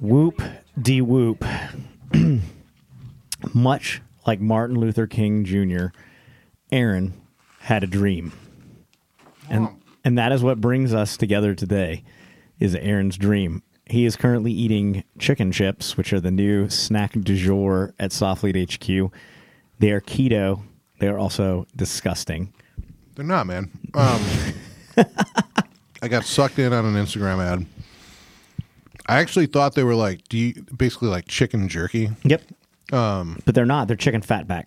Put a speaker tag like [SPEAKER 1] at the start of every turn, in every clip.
[SPEAKER 1] Whoop de whoop. Much like Martin Luther King Jr., Aaron had a dream. And and that is what brings us together today is Aaron's dream. He is currently eating chicken chips, which are the new snack du jour at Softlead HQ. They are keto. They are also disgusting.
[SPEAKER 2] They're not, man. Um, I got sucked in on an Instagram ad. I actually thought they were like, do you basically like chicken jerky?
[SPEAKER 1] Yep.
[SPEAKER 2] Um,
[SPEAKER 1] but they're not. They're chicken fatback.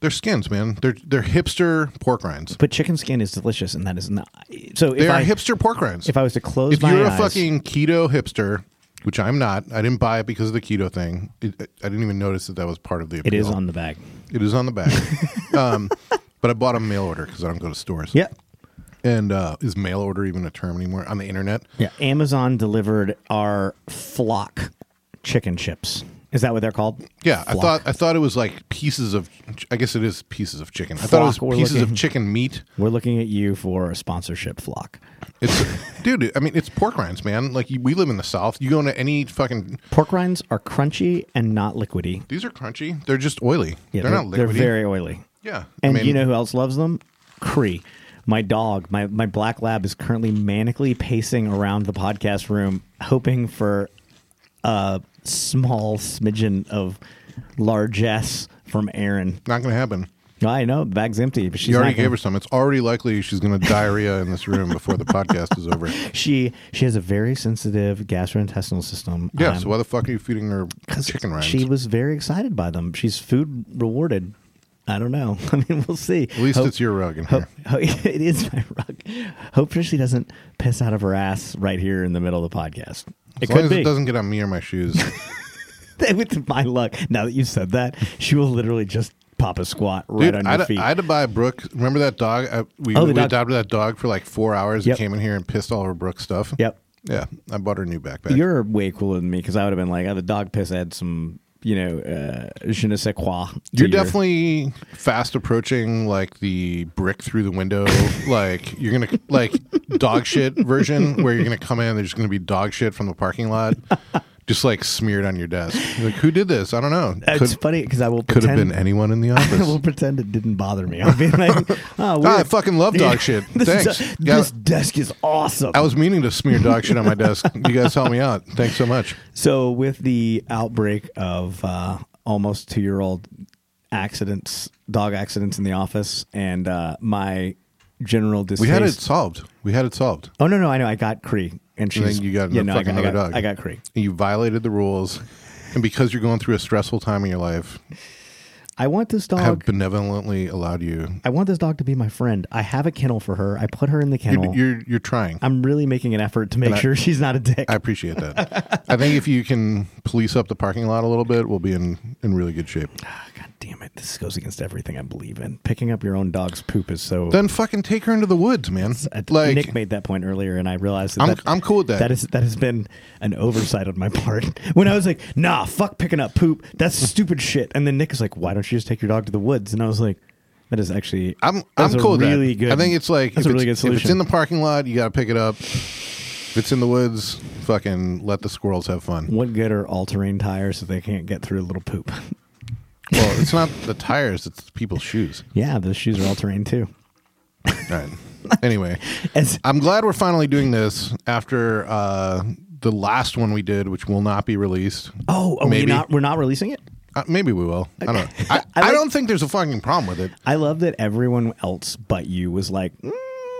[SPEAKER 2] They're skins, man. They're they're hipster pork rinds.
[SPEAKER 1] But chicken skin is delicious, and that is not. So if
[SPEAKER 2] They are
[SPEAKER 1] I
[SPEAKER 2] hipster pork rinds.
[SPEAKER 1] if I was to close
[SPEAKER 2] if
[SPEAKER 1] my
[SPEAKER 2] you're
[SPEAKER 1] eyes,
[SPEAKER 2] a fucking keto hipster, which I'm not, I didn't buy it because of the keto thing. It, I didn't even notice that that was part of the.
[SPEAKER 1] it
[SPEAKER 2] Appeal.
[SPEAKER 1] is on the bag.
[SPEAKER 2] It is on the back. um, but I bought a mail order because I don't go to stores.
[SPEAKER 1] Yep.
[SPEAKER 2] And uh, is mail order even a term anymore on the internet?
[SPEAKER 1] Yeah. Amazon delivered our flock chicken chips. Is that what they're called?
[SPEAKER 2] Yeah, I
[SPEAKER 1] Flock.
[SPEAKER 2] thought I thought it was like pieces of. I guess it is pieces of chicken. I
[SPEAKER 1] Flock,
[SPEAKER 2] thought it
[SPEAKER 1] we're
[SPEAKER 2] was pieces
[SPEAKER 1] looking-
[SPEAKER 2] of chicken meat.
[SPEAKER 1] we're looking at you for a sponsorship flock.
[SPEAKER 2] It's dude. I mean, it's pork rinds, man. Like you, we live in the south. You go into any fucking.
[SPEAKER 1] Pork rinds are crunchy and not liquidy.
[SPEAKER 2] These are crunchy. They're just oily.
[SPEAKER 1] Yeah,
[SPEAKER 2] they're, not liquidy.
[SPEAKER 1] very oily.
[SPEAKER 2] Yeah,
[SPEAKER 1] And
[SPEAKER 2] I mean,
[SPEAKER 1] you know who else loves them? Cree. My dog, my, my black lab is currently manically pacing around the podcast room, hoping for a small smidgen of largesse from Erin.
[SPEAKER 2] not going to happen.
[SPEAKER 1] I know, the bag's empty, but she's
[SPEAKER 2] You already
[SPEAKER 1] not gonna-
[SPEAKER 2] gave her some. It's already likely she's going to diarrhea in this room before the podcast is over.
[SPEAKER 1] She she has a very sensitive gastrointestinal system.
[SPEAKER 2] Yeah.
[SPEAKER 1] Um,
[SPEAKER 2] so why the fuck are you feeding her
[SPEAKER 1] 'cause
[SPEAKER 2] chicken rinds?
[SPEAKER 1] She was very excited by them. She's food rewarded. I don't know. I mean, we'll see.
[SPEAKER 2] At least
[SPEAKER 1] Hope-
[SPEAKER 2] it's your rug in
[SPEAKER 1] Hope,
[SPEAKER 2] here.
[SPEAKER 1] ho- it is my rug. Hopefully, she doesn't piss out of her ass right here in the middle of the podcast. It
[SPEAKER 2] As long
[SPEAKER 1] could
[SPEAKER 2] as
[SPEAKER 1] be.
[SPEAKER 2] it doesn't get on me or my shoes.
[SPEAKER 1] With my luck, now that you said that, she will literally just pop a squat right
[SPEAKER 2] Dude,
[SPEAKER 1] on
[SPEAKER 2] I,
[SPEAKER 1] your
[SPEAKER 2] had,
[SPEAKER 1] feet.
[SPEAKER 2] I had to buy Brooke. Remember that dog? I, we
[SPEAKER 1] Oh, the
[SPEAKER 2] we
[SPEAKER 1] dog.
[SPEAKER 2] adopted that dog for like four hours.
[SPEAKER 1] Yep.
[SPEAKER 2] It came in here and pissed all over Brooke's stuff.
[SPEAKER 1] Yep.
[SPEAKER 2] Yeah. I bought her a new backpack.
[SPEAKER 1] You're way cooler than me because I would have been like, oh, the dog piss had some, you know, uh, je ne sais quoi. to your-
[SPEAKER 2] You're definitely fast approaching like the brick through the window, like you're gonna like dog shit version where you're gonna come in. There's gonna be dog shit from the parking lot, just like smeared on your desk. You're like who did this? I don't know.
[SPEAKER 1] It's
[SPEAKER 2] Could
[SPEAKER 1] funny because I will
[SPEAKER 2] could have
[SPEAKER 1] pretend-
[SPEAKER 2] been anyone in the
[SPEAKER 1] I will
[SPEAKER 2] office.
[SPEAKER 1] pretend it didn't bother me. I'll be like, oh,
[SPEAKER 2] Ah, I
[SPEAKER 1] weird.
[SPEAKER 2] fucking love dog shit.
[SPEAKER 1] This, is
[SPEAKER 2] Thanks.
[SPEAKER 1] a-
[SPEAKER 2] Yeah.
[SPEAKER 1] this desk is awesome.
[SPEAKER 2] I was meaning to smear dog shit on my desk. You guys help me out. Thanks so much.
[SPEAKER 1] so, with the outbreak of uh, almost two year old accidents, dog accidents in the office, and uh, my general
[SPEAKER 2] We
[SPEAKER 1] distaste.
[SPEAKER 2] had it solved. We had it solved.
[SPEAKER 1] oh, no, no, I know. I got Cree. And she's.
[SPEAKER 2] And then you got
[SPEAKER 1] yeah,
[SPEAKER 2] a
[SPEAKER 1] no, I got,
[SPEAKER 2] fucking
[SPEAKER 1] I,
[SPEAKER 2] other
[SPEAKER 1] got,
[SPEAKER 2] dog.
[SPEAKER 1] I got Cree.
[SPEAKER 2] And you violated the rules. And because you're going through a stressful time in your life,
[SPEAKER 1] I want this
[SPEAKER 2] I have
[SPEAKER 1] dog.
[SPEAKER 2] benevolently allowed you.
[SPEAKER 1] I want this dog to be my friend. I have a kennel for her. I put her in the kennel.
[SPEAKER 2] You're you're, you're trying. i
[SPEAKER 1] I'm really making an effort to make
[SPEAKER 2] I-
[SPEAKER 1] sure she's not a dick.
[SPEAKER 2] appreciate that. I think if you can police up the parking lot a little bit, we'll be in, in really good shape.
[SPEAKER 1] Ah, God damn it. This goes against everything I believe in. Picking up your own dog's poop is so.
[SPEAKER 2] Then fucking take her into the woods, man.
[SPEAKER 1] Uh,
[SPEAKER 2] Like
[SPEAKER 1] Nick made that point earlier, and I realized that,
[SPEAKER 2] I'm
[SPEAKER 1] that
[SPEAKER 2] I'm cool with that.
[SPEAKER 1] that is that has been an oversight on my part. When I was like, "Nah, fuck picking up poop. That's stupid shit," and then Nick is like, "Why don't you just take your dog to the woods?" And I was like, "That is actually
[SPEAKER 2] I'm I'm
[SPEAKER 1] that's a
[SPEAKER 2] cool. with that.
[SPEAKER 1] Really good.
[SPEAKER 2] I think it's like
[SPEAKER 1] that's
[SPEAKER 2] if,
[SPEAKER 1] a really good
[SPEAKER 2] it's,
[SPEAKER 1] solution.
[SPEAKER 2] if it's in the parking lot, you got to pick it up. If it's in the woods, fucking let the squirrels have fun.
[SPEAKER 1] what good are all-terrain tires if they can't get through a little poop?
[SPEAKER 2] Well, it's not the tires; it's people's shoes.
[SPEAKER 1] yeah, those shoes are all-terrain too.
[SPEAKER 2] All right. Anyway,
[SPEAKER 1] As
[SPEAKER 2] I'm glad we're finally doing this after uh, the last one we did, which will not be released.
[SPEAKER 1] oh, are we
[SPEAKER 2] Maybe.
[SPEAKER 1] not we're not releasing it.
[SPEAKER 2] Uh, maybe we will. I don't. know. I,
[SPEAKER 1] I
[SPEAKER 2] I,
[SPEAKER 1] like-
[SPEAKER 2] don't think there's a fucking problem with it.
[SPEAKER 1] I love that everyone else but you was like, mm,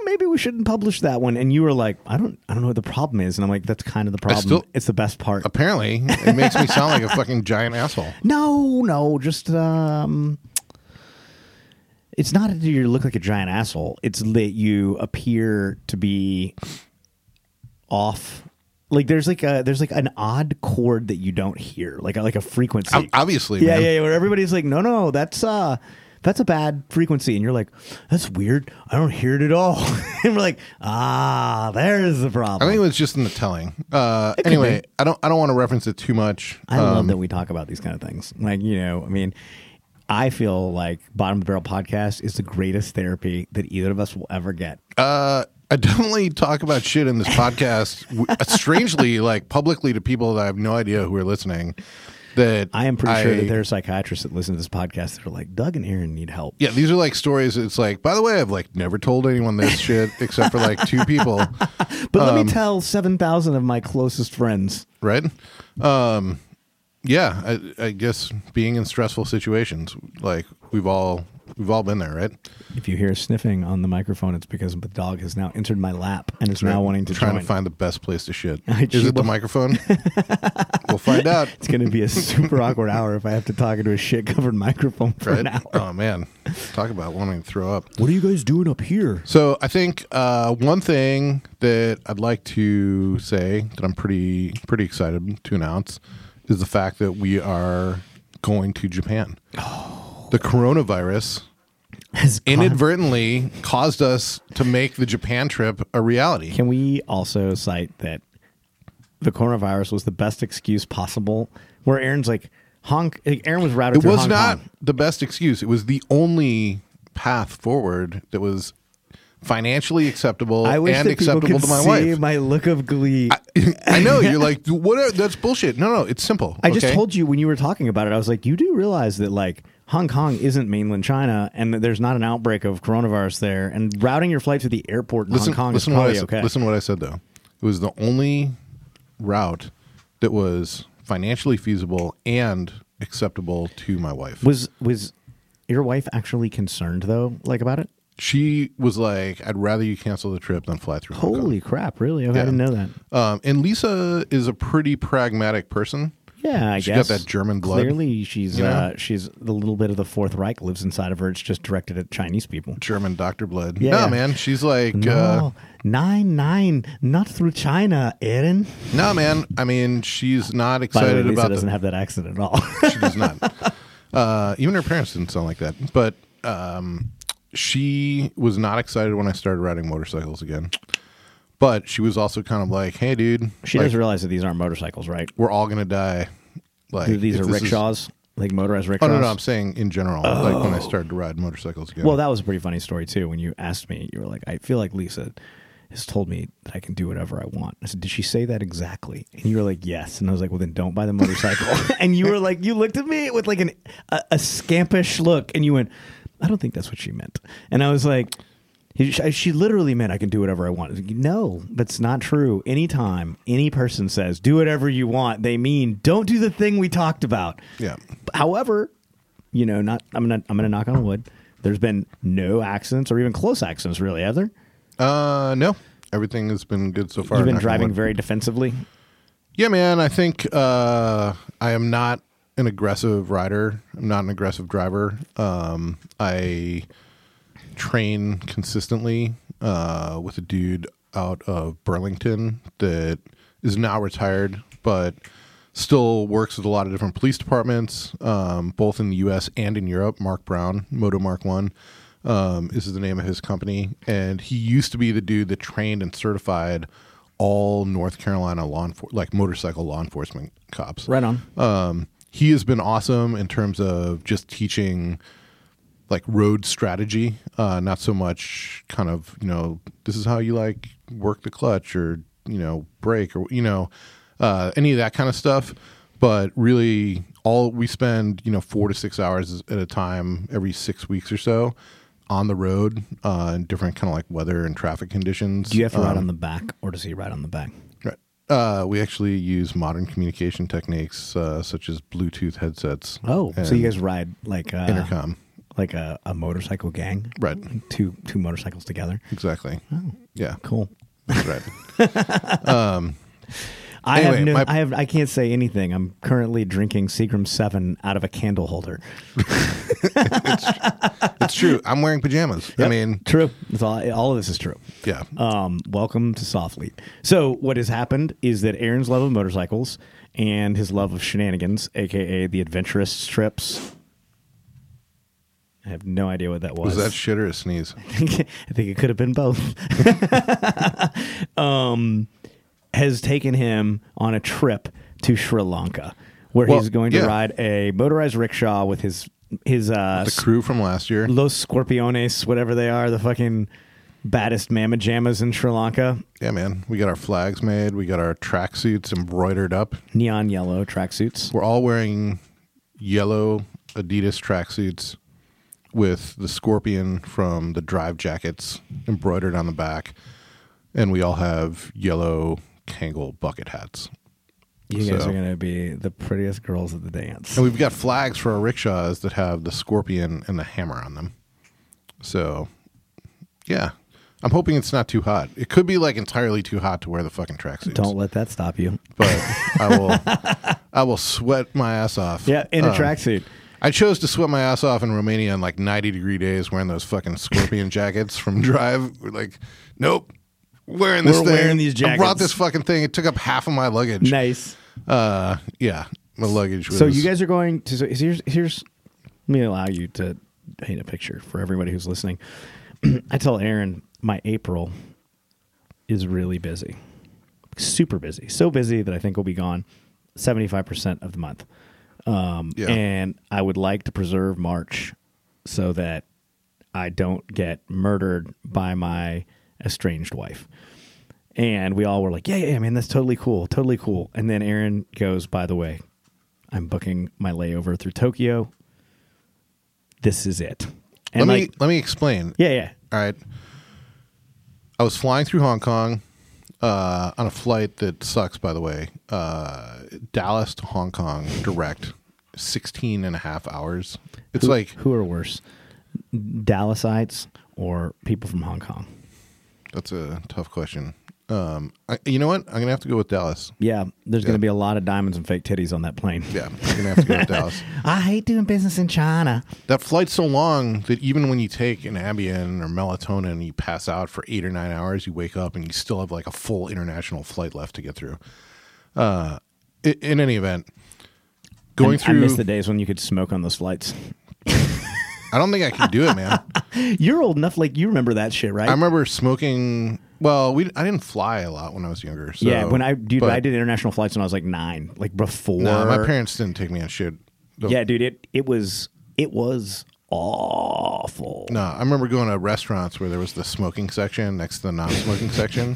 [SPEAKER 1] maybe we shouldn't publish that one, and you were like, I don't, I don't know what the problem is, and I'm like, that's kind of the problem.
[SPEAKER 2] still-
[SPEAKER 1] it's the best part.
[SPEAKER 2] Apparently, it makes me sound like a fucking giant asshole.
[SPEAKER 1] no, no, just um, it's not that you look like a giant asshole. It's that you appear to be off. Like there's like a there's like an odd chord that you don't hear, like a, like a frequency.
[SPEAKER 2] Ob- Obviously,
[SPEAKER 1] yeah,
[SPEAKER 2] man.
[SPEAKER 1] yeah, yeah. Where everybody's like, no, no, that's uh, that's a bad frequency, and you're like, that's weird. I don't hear it at all. and we're like, ah, there's the
[SPEAKER 2] I
[SPEAKER 1] problem.
[SPEAKER 2] think it was just in the telling. Uh, anyway, I don't. I don't want to reference it too much.
[SPEAKER 1] I love that we talk about these kind of things. Like, you know, I mean, I feel like Bottom of the Barrel podcast is the greatest therapy that either of us will ever get.
[SPEAKER 2] Uh, I definitely talk about shit in this podcast, w- strangely, like publicly to people that I have no idea who are listening. That
[SPEAKER 1] I am pretty sure that there are psychiatrists that listen to this podcast that are like, Doug and Aaron need help.
[SPEAKER 2] Yeah, these are like stories. It's like, by the way, I've like never told anyone this shit except for like two people,
[SPEAKER 1] But
[SPEAKER 2] um,
[SPEAKER 1] let me tell 7,000 of my closest friends.
[SPEAKER 2] right? Um, yeah, I, I guess being in stressful situations, like we've all we've all been there, right?
[SPEAKER 1] If you hear sniffing on the microphone, it's because the dog has now entered my lap and is now wanting to
[SPEAKER 2] trying
[SPEAKER 1] join.
[SPEAKER 2] to find the best place to shit.
[SPEAKER 1] I-
[SPEAKER 2] Is it the
[SPEAKER 1] well-
[SPEAKER 2] microphone? we'll find out.
[SPEAKER 1] it's going to be a super awkward hour if I have to talk into a shit covered microphone for an
[SPEAKER 2] Right?
[SPEAKER 1] hour.
[SPEAKER 2] Oh man, talk about wanting to throw up.
[SPEAKER 1] What are you guys doing up here?
[SPEAKER 2] So I think uh, one thing that I'd like to say that I'm pretty pretty excited to announce is the fact that we are going to Japan. The coronavirus
[SPEAKER 1] Has Oh. con-
[SPEAKER 2] inadvertently caused us to make the Japan trip a reality.
[SPEAKER 1] Can we also cite that the coronavirus was the best excuse possible? Where Aaron's like, Hong, Aaron was routed
[SPEAKER 2] It
[SPEAKER 1] through
[SPEAKER 2] was
[SPEAKER 1] Hong
[SPEAKER 2] not
[SPEAKER 1] Kong.
[SPEAKER 2] the best excuse. It was the only path forward that was financially acceptable
[SPEAKER 1] I wish
[SPEAKER 2] and
[SPEAKER 1] that people
[SPEAKER 2] acceptable
[SPEAKER 1] could
[SPEAKER 2] to my
[SPEAKER 1] see
[SPEAKER 2] wife.
[SPEAKER 1] my look of glee. I,
[SPEAKER 2] I know you're like what? Are, that's bullshit. No, no, it's simple.
[SPEAKER 1] just
[SPEAKER 2] okay?
[SPEAKER 1] told you when you were talking about it, I was like, you do realize that like Hong Kong isn't mainland China, and that there's not an outbreak of coronavirus there, and routing your flight to the airport in Hong Kong is
[SPEAKER 2] what I
[SPEAKER 1] probably
[SPEAKER 2] s-
[SPEAKER 1] okay.
[SPEAKER 2] Listen to what I said though. It was the only route that was financially feasible and acceptable to my wife.
[SPEAKER 1] Was was your wife actually concerned though, like about it?
[SPEAKER 2] She was like, "I'd rather you cancel the trip than fly through." Hong Kong."
[SPEAKER 1] Holy crap! Really? Okay, I didn't know that.
[SPEAKER 2] Um, and Lisa is a pretty pragmatic person.
[SPEAKER 1] Yeah, I
[SPEAKER 2] She got
[SPEAKER 1] guess
[SPEAKER 2] that German blood,
[SPEAKER 1] Clearly, she's
[SPEAKER 2] you know?
[SPEAKER 1] uh, she's the little bit of the Fourth Reich lives inside of her. It's just directed at Chinese people.
[SPEAKER 2] German doctor blood.
[SPEAKER 1] Yeah,
[SPEAKER 2] no,
[SPEAKER 1] yeah.
[SPEAKER 2] man, she's like, uh,
[SPEAKER 1] No, nine nine, not through China, Aaron.
[SPEAKER 2] no, man. I mean, she's not
[SPEAKER 1] By the way,
[SPEAKER 2] excited
[SPEAKER 1] Lisa
[SPEAKER 2] about the
[SPEAKER 1] doesn't have that accent at all.
[SPEAKER 2] she does not. Uh, even her parents didn't sound like that. But um, she was not excited when I started riding motorcycles again. But she was also kind of like, "Hey, dude,
[SPEAKER 1] she
[SPEAKER 2] like,
[SPEAKER 1] does realize that these aren't motorcycles, right?
[SPEAKER 2] we're all gonna die." Like
[SPEAKER 1] These
[SPEAKER 2] if
[SPEAKER 1] are
[SPEAKER 2] this is-
[SPEAKER 1] rickshaws, like motorized
[SPEAKER 2] Oh
[SPEAKER 1] rickshaws.
[SPEAKER 2] no, no, I'm saying in general, like when I started to ride motorcycles again.
[SPEAKER 1] Oh. Well, that was a pretty funny story too. When you asked me, you were like, "I feel like Lisa has told me that I can do whatever I want." I said, "Did she say that exactly?" And you were like, "Yes." And I was like, "Well, then don't buy the motorcycle." and you were like, you looked at me with like an a, a scampish look, and you went, "I don't think that's what she meant." And I was like. "He- she- She literally meant I can do whatever I want. I was like, No, that's not true. Anytime any person says do whatever you want, they mean don't do the thing we talked about.
[SPEAKER 2] yeah,
[SPEAKER 1] However, you know, not I'm gonna I'm gonna knock on wood. There's been no accidents or even close accidents, really, have there?
[SPEAKER 2] uh, no, everything has been good so far.
[SPEAKER 1] You've been
[SPEAKER 2] knock on
[SPEAKER 1] driving
[SPEAKER 2] wood.
[SPEAKER 1] very defensively.
[SPEAKER 2] Yeah, man. I think uh, I am not an aggressive rider. I'm not an aggressive driver. Um, I train consistently uh, with a dude out of Burlington that is now retired, but still works with a lot of different police departments, um, both in the U.S. and in Europe. Mark Brown, Moto Mark One, um, is the name of his company, and he used to be the dude that trained and certified all North Carolina law enfor- like motorcycle law enforcement cops
[SPEAKER 1] Right on.
[SPEAKER 2] um, he has been awesome in terms of just teaching like road strategy uh, not so much kind of you know this is how you like work the clutch or you know brake or you know uh, any of that kind of stuff but really all we spend you know four to six hours at a time every six weeks or so on the road uh, in different kind of like weather and traffic conditions
[SPEAKER 1] Do you have to
[SPEAKER 2] Um,
[SPEAKER 1] ride on the back, or does he ride on the back?
[SPEAKER 2] Right. Uh, we actually use modern communication techniques uh, such as Bluetooth headsets.
[SPEAKER 1] Oh, so
[SPEAKER 2] and
[SPEAKER 1] you guys ride like uh,
[SPEAKER 2] intercom.
[SPEAKER 1] like a, a motorcycle gang,
[SPEAKER 2] Right.
[SPEAKER 1] Two two motorcycles together.
[SPEAKER 2] Exactly. Yeah.
[SPEAKER 1] Oh. Cool.
[SPEAKER 2] That's right.
[SPEAKER 1] I have
[SPEAKER 2] Anyway,
[SPEAKER 1] no,
[SPEAKER 2] my-
[SPEAKER 1] I have, I can't say anything. I'm currently drinking Seagram Seven out of a candle holder.
[SPEAKER 2] it's true. I'm wearing pajamas. I
[SPEAKER 1] Yep.
[SPEAKER 2] mean,
[SPEAKER 1] true. That's all. All of this is true.
[SPEAKER 2] yeah.
[SPEAKER 1] Um, welcome to Softly. So, what has happened is that Aaron's love of motorcycles and his love of shenanigans, aka the adventurous trips. I have no idea what that was.
[SPEAKER 2] Was that shit or a sneeze?
[SPEAKER 1] I think it could have been both. um, has taken him on a trip to Sri Lanka, where
[SPEAKER 2] Well,
[SPEAKER 1] he's going to
[SPEAKER 2] yeah.
[SPEAKER 1] ride a motorized rickshaw with his his uh,
[SPEAKER 2] The crew from last year.
[SPEAKER 1] Los Scorpiones, whatever they are, the fucking baddest mamma jammas in Sri Lanka.
[SPEAKER 2] Yeah, man. We got our flags made. We got our tracksuits embroidered up.
[SPEAKER 1] Neon yellow tracksuits.
[SPEAKER 2] We're all wearing yellow Adidas tracksuits with the scorpion from the drive jackets embroidered on the back. And we all have yellow Kangol bucket hats.
[SPEAKER 1] You guys
[SPEAKER 2] So- Oh,
[SPEAKER 1] are going to be the prettiest girls at the dance.
[SPEAKER 2] And we've got flags for our rickshaws that have the scorpion and the hammer on them. So, yeah. I'm hoping it's not too hot. It could be like entirely too hot to wear the fucking tracksuits.
[SPEAKER 1] Don't let that stop you.
[SPEAKER 2] But I will I will sweat my ass off.
[SPEAKER 1] Yeah, in a
[SPEAKER 2] Um,
[SPEAKER 1] tracksuit.
[SPEAKER 2] I chose to sweat my ass off in Romania on like 90 degree days wearing those fucking scorpion jackets from Drive. We're like, nope. Wearing this
[SPEAKER 1] We're
[SPEAKER 2] thing.
[SPEAKER 1] wearing these
[SPEAKER 2] I brought
[SPEAKER 1] jackets.
[SPEAKER 2] this fucking thing. It took up half of my luggage.
[SPEAKER 1] Nice.
[SPEAKER 2] Uh, yeah. My luggage was
[SPEAKER 1] So you guys are going to. So here's here's. Let me allow you to paint a picture for everybody who's listening. I tell Aaron my April is really busy, super busy, so busy that I think we'll be gone seventy five percent of the month. Um,
[SPEAKER 2] Yeah.
[SPEAKER 1] And I would like to preserve March so that I don't get murdered by my estranged wife. And we all were like, yeah, yeah, man, that's totally cool, totally cool. And then Aaron goes, by the way, I'm booking my layover through Tokyo. This is it.
[SPEAKER 2] Let
[SPEAKER 1] And
[SPEAKER 2] me
[SPEAKER 1] like,
[SPEAKER 2] let me explain.
[SPEAKER 1] yeah, yeah.
[SPEAKER 2] All right. I was flying through Hong Kong uh, on a flight that sucks, by the way. Uh, Dallas to Hong Kong direct, 16 and a half hours. It's
[SPEAKER 1] Who-
[SPEAKER 2] like,
[SPEAKER 1] who are worse, Dallasites or people from Hong Kong?
[SPEAKER 2] that's a tough question. Um, I, you know what? I'm going to have to go with Dallas.
[SPEAKER 1] Yeah, there's going
[SPEAKER 2] Yeah.
[SPEAKER 1] to be a lot of diamonds and fake titties on that plane.
[SPEAKER 2] Yeah, I'm going to have to go with Dallas.
[SPEAKER 1] I hate doing business in China.
[SPEAKER 2] That flight's so long that even when you take an Ambien or melatonin, you pass out for eight or nine hours. You wake up and you still have like a full international flight left to get through. Uh, i- in any event, going
[SPEAKER 1] I,
[SPEAKER 2] through,
[SPEAKER 1] I
[SPEAKER 2] I,
[SPEAKER 1] miss the days when you could smoke on those flights.
[SPEAKER 2] don't think I can do it, man.
[SPEAKER 1] You're old enough, like you remember that shit, right?
[SPEAKER 2] I remember smoking. Well, we I didn't fly a lot when I was younger. So,
[SPEAKER 1] yeah, when I dude,
[SPEAKER 2] but-
[SPEAKER 1] I did international flights when I was like nine, like before.
[SPEAKER 2] Nah, my parents didn't take me on shit. The-
[SPEAKER 1] Yeah, dude, it it was it was awful.
[SPEAKER 2] No, I remember going to restaurants where there was the smoking section next to the non-smoking section.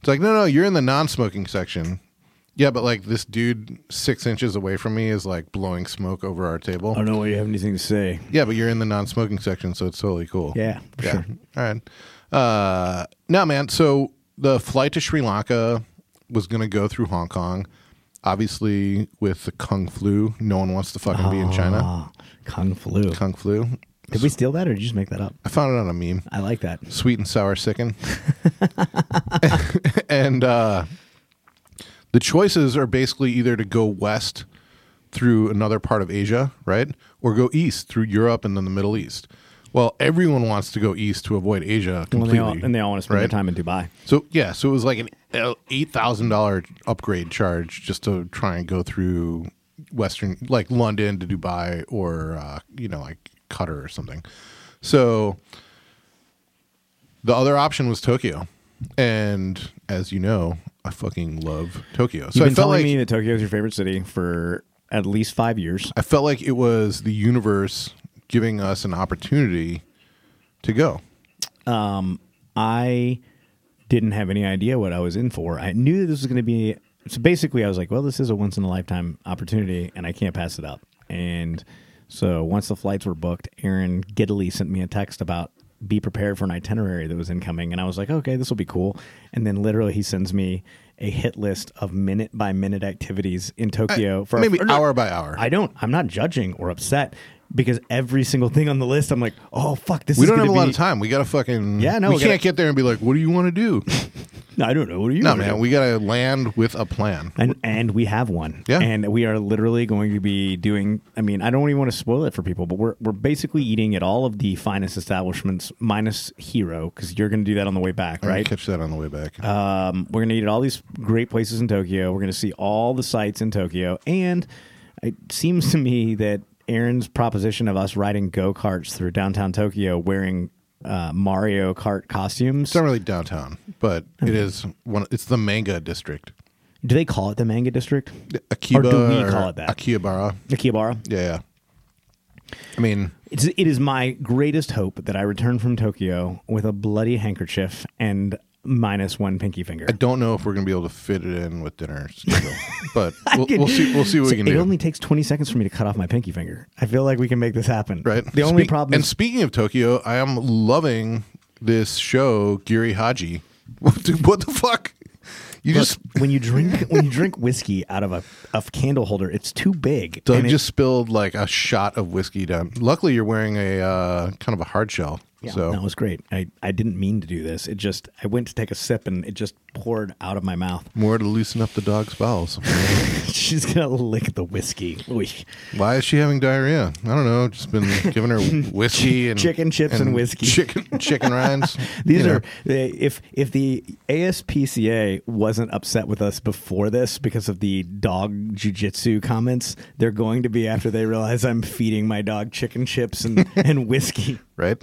[SPEAKER 2] It's like, no, no, you're in the non-smoking section. Yeah, but like this dude six inches away from me is like blowing smoke over our table.
[SPEAKER 1] I don't know why you have anything to say.
[SPEAKER 2] Yeah, but you're in the non-smoking section, so it's totally cool.
[SPEAKER 1] Yeah, for
[SPEAKER 2] yeah.
[SPEAKER 1] sure.
[SPEAKER 2] All right. Uh, no, man. So the flight to Sri Lanka was going to go through Hong Kong. Obviously, with the kung flu, no one wants to fucking be in China.
[SPEAKER 1] Ah, Kung flu.
[SPEAKER 2] Kung flu.
[SPEAKER 1] Did we steal that or did you just make that up?
[SPEAKER 2] I found it on a meme.
[SPEAKER 1] I like that.
[SPEAKER 2] sweet and sour sicken. and uh, the choices are basically either to go west through another part of Asia, right? Or go east through Europe and then the Middle East. Well, everyone wants to go east to avoid Asia
[SPEAKER 1] Well,
[SPEAKER 2] completely.
[SPEAKER 1] they all, and they all want to spend
[SPEAKER 2] right?
[SPEAKER 1] their time in Dubai.
[SPEAKER 2] So yeah, so it was like an uh, eight thousand dollar upgrade charge just to try and go through Western, like London to Dubai or uh, you know like Qatar or something. So the other option was Tokyo, and as you know, I fucking love Tokyo. So
[SPEAKER 1] You've
[SPEAKER 2] I
[SPEAKER 1] been
[SPEAKER 2] felt
[SPEAKER 1] telling
[SPEAKER 2] like
[SPEAKER 1] me that Tokyo is your favorite city for at least five years.
[SPEAKER 2] I felt like it was the universe giving us an opportunity to go.
[SPEAKER 1] I didn't have any idea what I was in for. I knew that this was going to be. So basically, I was like, well, this is a once in a lifetime opportunity and I can't pass it up. And so once the flights were booked, Aaron giddily sent me a text about be prepared for an itinerary that was incoming. And I was like, okay, this will be cool. And then literally, he sends me a hit list of minute by minute activities in Tokyo for
[SPEAKER 2] Maybe
[SPEAKER 1] or not-
[SPEAKER 2] hour by hour.
[SPEAKER 1] I don't. I'm not judging or upset because every single thing on the list, I'm like, oh fuck, this.
[SPEAKER 2] we
[SPEAKER 1] is
[SPEAKER 2] don't have
[SPEAKER 1] gonna
[SPEAKER 2] a lot
[SPEAKER 1] be-
[SPEAKER 2] of time. We gotta fucking
[SPEAKER 1] Yeah, no,
[SPEAKER 2] We
[SPEAKER 1] we gotta-
[SPEAKER 2] can't get there and be like, "What do you want to do?"
[SPEAKER 1] I don't know. What are you?
[SPEAKER 2] No,
[SPEAKER 1] gonna
[SPEAKER 2] man,
[SPEAKER 1] do?
[SPEAKER 2] we gotta land with a plan.
[SPEAKER 1] and and we have one.
[SPEAKER 2] Yeah.
[SPEAKER 1] And we are literally going to be doing. I mean, I don't even want to spoil it for people, but we're we're basically eating at all of the finest establishments minus Hero because you're going to do that on the way back,
[SPEAKER 2] I
[SPEAKER 1] right?
[SPEAKER 2] catch that on the way back.
[SPEAKER 1] Um, we're going to eat at all these great places in Tokyo. We're going to see all the sights in Tokyo. And it seems to me that Aaron's proposition of us riding go karts through downtown Tokyo wearing uh, Mario Kart costumes.
[SPEAKER 2] it's not really downtown, but
[SPEAKER 1] Hmm.
[SPEAKER 2] it is one. It's the manga district.
[SPEAKER 1] Do they call it the Manga District?
[SPEAKER 2] Akiba,
[SPEAKER 1] Or do we call it that?
[SPEAKER 2] Akihabara.
[SPEAKER 1] Akihabara?
[SPEAKER 2] Yeah, yeah. I mean,
[SPEAKER 1] It's, it is my greatest hope that I return from Tokyo with a bloody handkerchief and minus one pinky finger.
[SPEAKER 2] I don't know if we're gonna be able to fit it in with dinner, schedule, but we'll, we'll see. We'll see what
[SPEAKER 1] So
[SPEAKER 2] we can
[SPEAKER 1] it
[SPEAKER 2] do.
[SPEAKER 1] only takes 20 seconds for me to cut off my pinky finger. I feel like we can make this happen.
[SPEAKER 2] right?
[SPEAKER 1] The only
[SPEAKER 2] Speak-
[SPEAKER 1] problem
[SPEAKER 2] And
[SPEAKER 1] is
[SPEAKER 2] speaking of Tokyo, I am loving this show, Giri Haji. What the, what the fuck? You
[SPEAKER 1] look,
[SPEAKER 2] just
[SPEAKER 1] when you drink when you drink whiskey out of a, a candle holder, it's too big.
[SPEAKER 2] Doug
[SPEAKER 1] and it-
[SPEAKER 2] just spilled like a shot of whiskey down. Luckily, you're wearing a uh, kind of a hard shell,
[SPEAKER 1] yeah,
[SPEAKER 2] so
[SPEAKER 1] that was great. I, I didn't mean to do this. It just I went to take a sip and it just poured out of my mouth.
[SPEAKER 2] more to loosen up the dog's bowels.
[SPEAKER 1] She's gonna lick the whiskey. Oy.
[SPEAKER 2] Why is she having diarrhea? I don't know. Just been giving her whiskey and
[SPEAKER 1] Chicken chips and whiskey.
[SPEAKER 2] chicken chicken rinds.
[SPEAKER 1] These
[SPEAKER 2] you know.
[SPEAKER 1] are they, if if the ASPCA wasn't upset with us before this because of the dog jujitsu comments, they're going to be after they realize I'm feeding my dog chicken chips and, and whiskey.
[SPEAKER 2] right.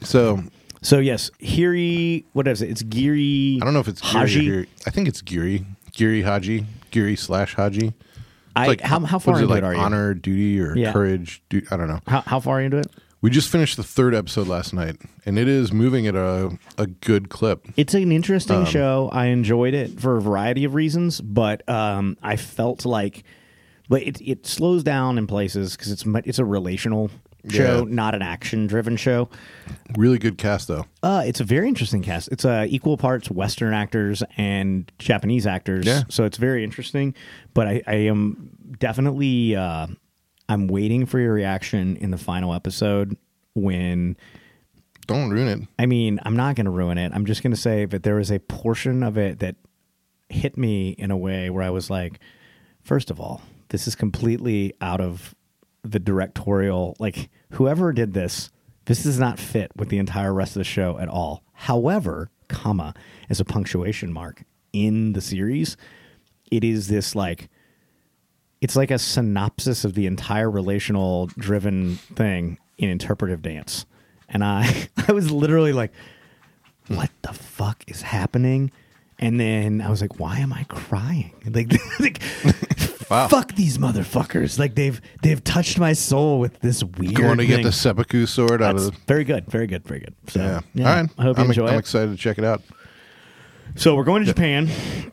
[SPEAKER 2] So
[SPEAKER 1] So yes, Hiri, what is it? It's Giri.
[SPEAKER 2] I don't know if it's Giri
[SPEAKER 1] Haji.
[SPEAKER 2] Or Giri. I think it's Giri. Giri Haji. Giri slash Haji. It's
[SPEAKER 1] I,
[SPEAKER 2] like,
[SPEAKER 1] how how
[SPEAKER 2] what
[SPEAKER 1] far
[SPEAKER 2] is
[SPEAKER 1] into
[SPEAKER 2] it,
[SPEAKER 1] it,
[SPEAKER 2] like
[SPEAKER 1] are you?
[SPEAKER 2] honor, duty, or
[SPEAKER 1] Yeah.
[SPEAKER 2] courage? Du- I don't know.
[SPEAKER 1] how, how far into it?
[SPEAKER 2] We just finished the third episode last night, and it is moving at a a good clip.
[SPEAKER 1] It's an
[SPEAKER 2] Um,
[SPEAKER 1] interesting show. I enjoyed it for a variety of reasons, but um, I felt like, but it it slows down in places because it's mu- it's a relational show,
[SPEAKER 2] Yeah.
[SPEAKER 1] not an action driven show.
[SPEAKER 2] Really good cast though.
[SPEAKER 1] Uh, it's a very interesting cast. It's uh, equal parts Western actors and Japanese actors,
[SPEAKER 2] Yeah.
[SPEAKER 1] so it's very interesting. But I, I am definitely uh, I'm waiting for your reaction in the final episode when
[SPEAKER 2] Don't ruin it.
[SPEAKER 1] I mean, I'm not going to ruin it. I'm just going to say that there was a portion of it that hit me in a way where I was like, first of all, this is completely out of the directorial. Like, whoever did this, this does not fit with the entire rest of the show at all. However, comma, as a punctuation mark in the series, it is this like, it's like a synopsis of the entire relational driven thing in interpretive dance. And I I was literally like, what the fuck is happening? And then I was like, why am I crying? Like, like
[SPEAKER 2] Wow.
[SPEAKER 1] fuck these motherfuckers. Like they've they've touched my soul with this weird
[SPEAKER 2] Going to get
[SPEAKER 1] thing.
[SPEAKER 2] the seppuku sword out
[SPEAKER 1] That's
[SPEAKER 2] of the.
[SPEAKER 1] very good, very good, very good. So,
[SPEAKER 2] Yeah.
[SPEAKER 1] yeah,
[SPEAKER 2] All right.
[SPEAKER 1] I hope you
[SPEAKER 2] I'm,
[SPEAKER 1] enjoy
[SPEAKER 2] I'm
[SPEAKER 1] it.
[SPEAKER 2] excited to check it out.
[SPEAKER 1] So we're going to Japan,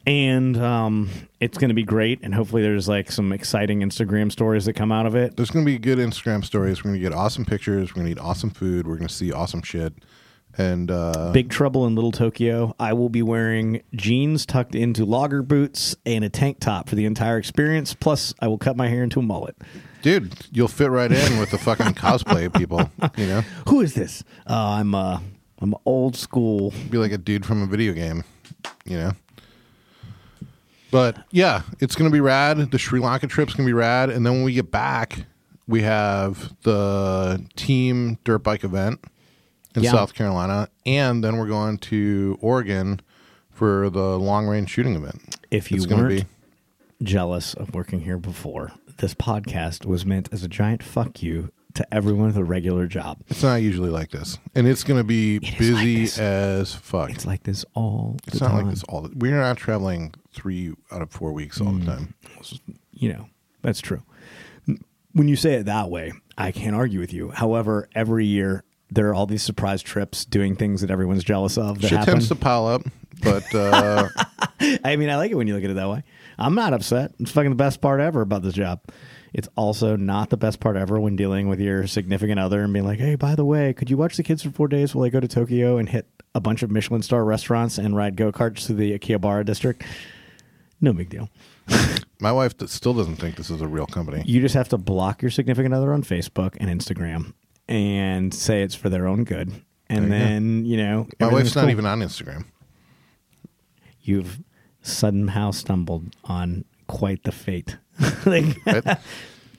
[SPEAKER 1] and um, it's going to be great. And hopefully, there's like some exciting Instagram stories that come out of it.
[SPEAKER 2] There's going to be good Instagram stories. We're going to get awesome pictures. We're going to eat awesome food. We're going to see awesome shit. And uh,
[SPEAKER 1] Big Trouble in Little Tokyo. I will be wearing jeans tucked into logger boots and a tank top for the entire experience. Plus, I will cut my hair into a mullet.
[SPEAKER 2] dude, you'll fit right in with the fucking cosplay people. You know,
[SPEAKER 1] Who is this? Uh, I'm uh, I'm old school.
[SPEAKER 2] be like a dude from a video game. You know. But yeah, it's going to be rad. The Sri Lanka trip's going to be rad. And then when we get back, we have the team dirt bike event in
[SPEAKER 1] Yeah.
[SPEAKER 2] South Carolina, and then we're going to Oregon for the long range shooting event.
[SPEAKER 1] If you
[SPEAKER 2] It's gonna
[SPEAKER 1] weren't jealous of working here before, this podcast was meant as a giant fuck you to everyone with a regular job.
[SPEAKER 2] It's not usually like this, and it's going to be
[SPEAKER 1] like
[SPEAKER 2] busy
[SPEAKER 1] this.
[SPEAKER 2] as fuck.
[SPEAKER 1] It's like this all the
[SPEAKER 2] It's not
[SPEAKER 1] time.
[SPEAKER 2] like this all. The, we're not traveling three out of four weeks all
[SPEAKER 1] Mm.
[SPEAKER 2] the time.
[SPEAKER 1] you know, that's true. When you say it that way, I can't argue with you. However, every year there are all these surprise trips doing things that everyone's jealous of that
[SPEAKER 2] Shit
[SPEAKER 1] happen.
[SPEAKER 2] tends to pile up, but uh,
[SPEAKER 1] I mean, I like it when you look at it that way. I'm not upset. It's fucking the best part ever about this job. It's also not the best part ever when dealing with your significant other and being like, hey, by the way, could you watch the kids for four days while I go to Tokyo and hit a bunch of Michelin star restaurants and ride go karts through the Akihabara district? No big deal.
[SPEAKER 2] my wife th- still doesn't think this is a real company.
[SPEAKER 1] You just have to block your significant other on Facebook and Instagram and say it's for their own good. And
[SPEAKER 2] There you go.
[SPEAKER 1] then, you know,
[SPEAKER 2] My wife's
[SPEAKER 1] everything's
[SPEAKER 2] not
[SPEAKER 1] cool.
[SPEAKER 2] even on Instagram.
[SPEAKER 1] You've somehow stumbled on quite the fate. like,
[SPEAKER 2] Right?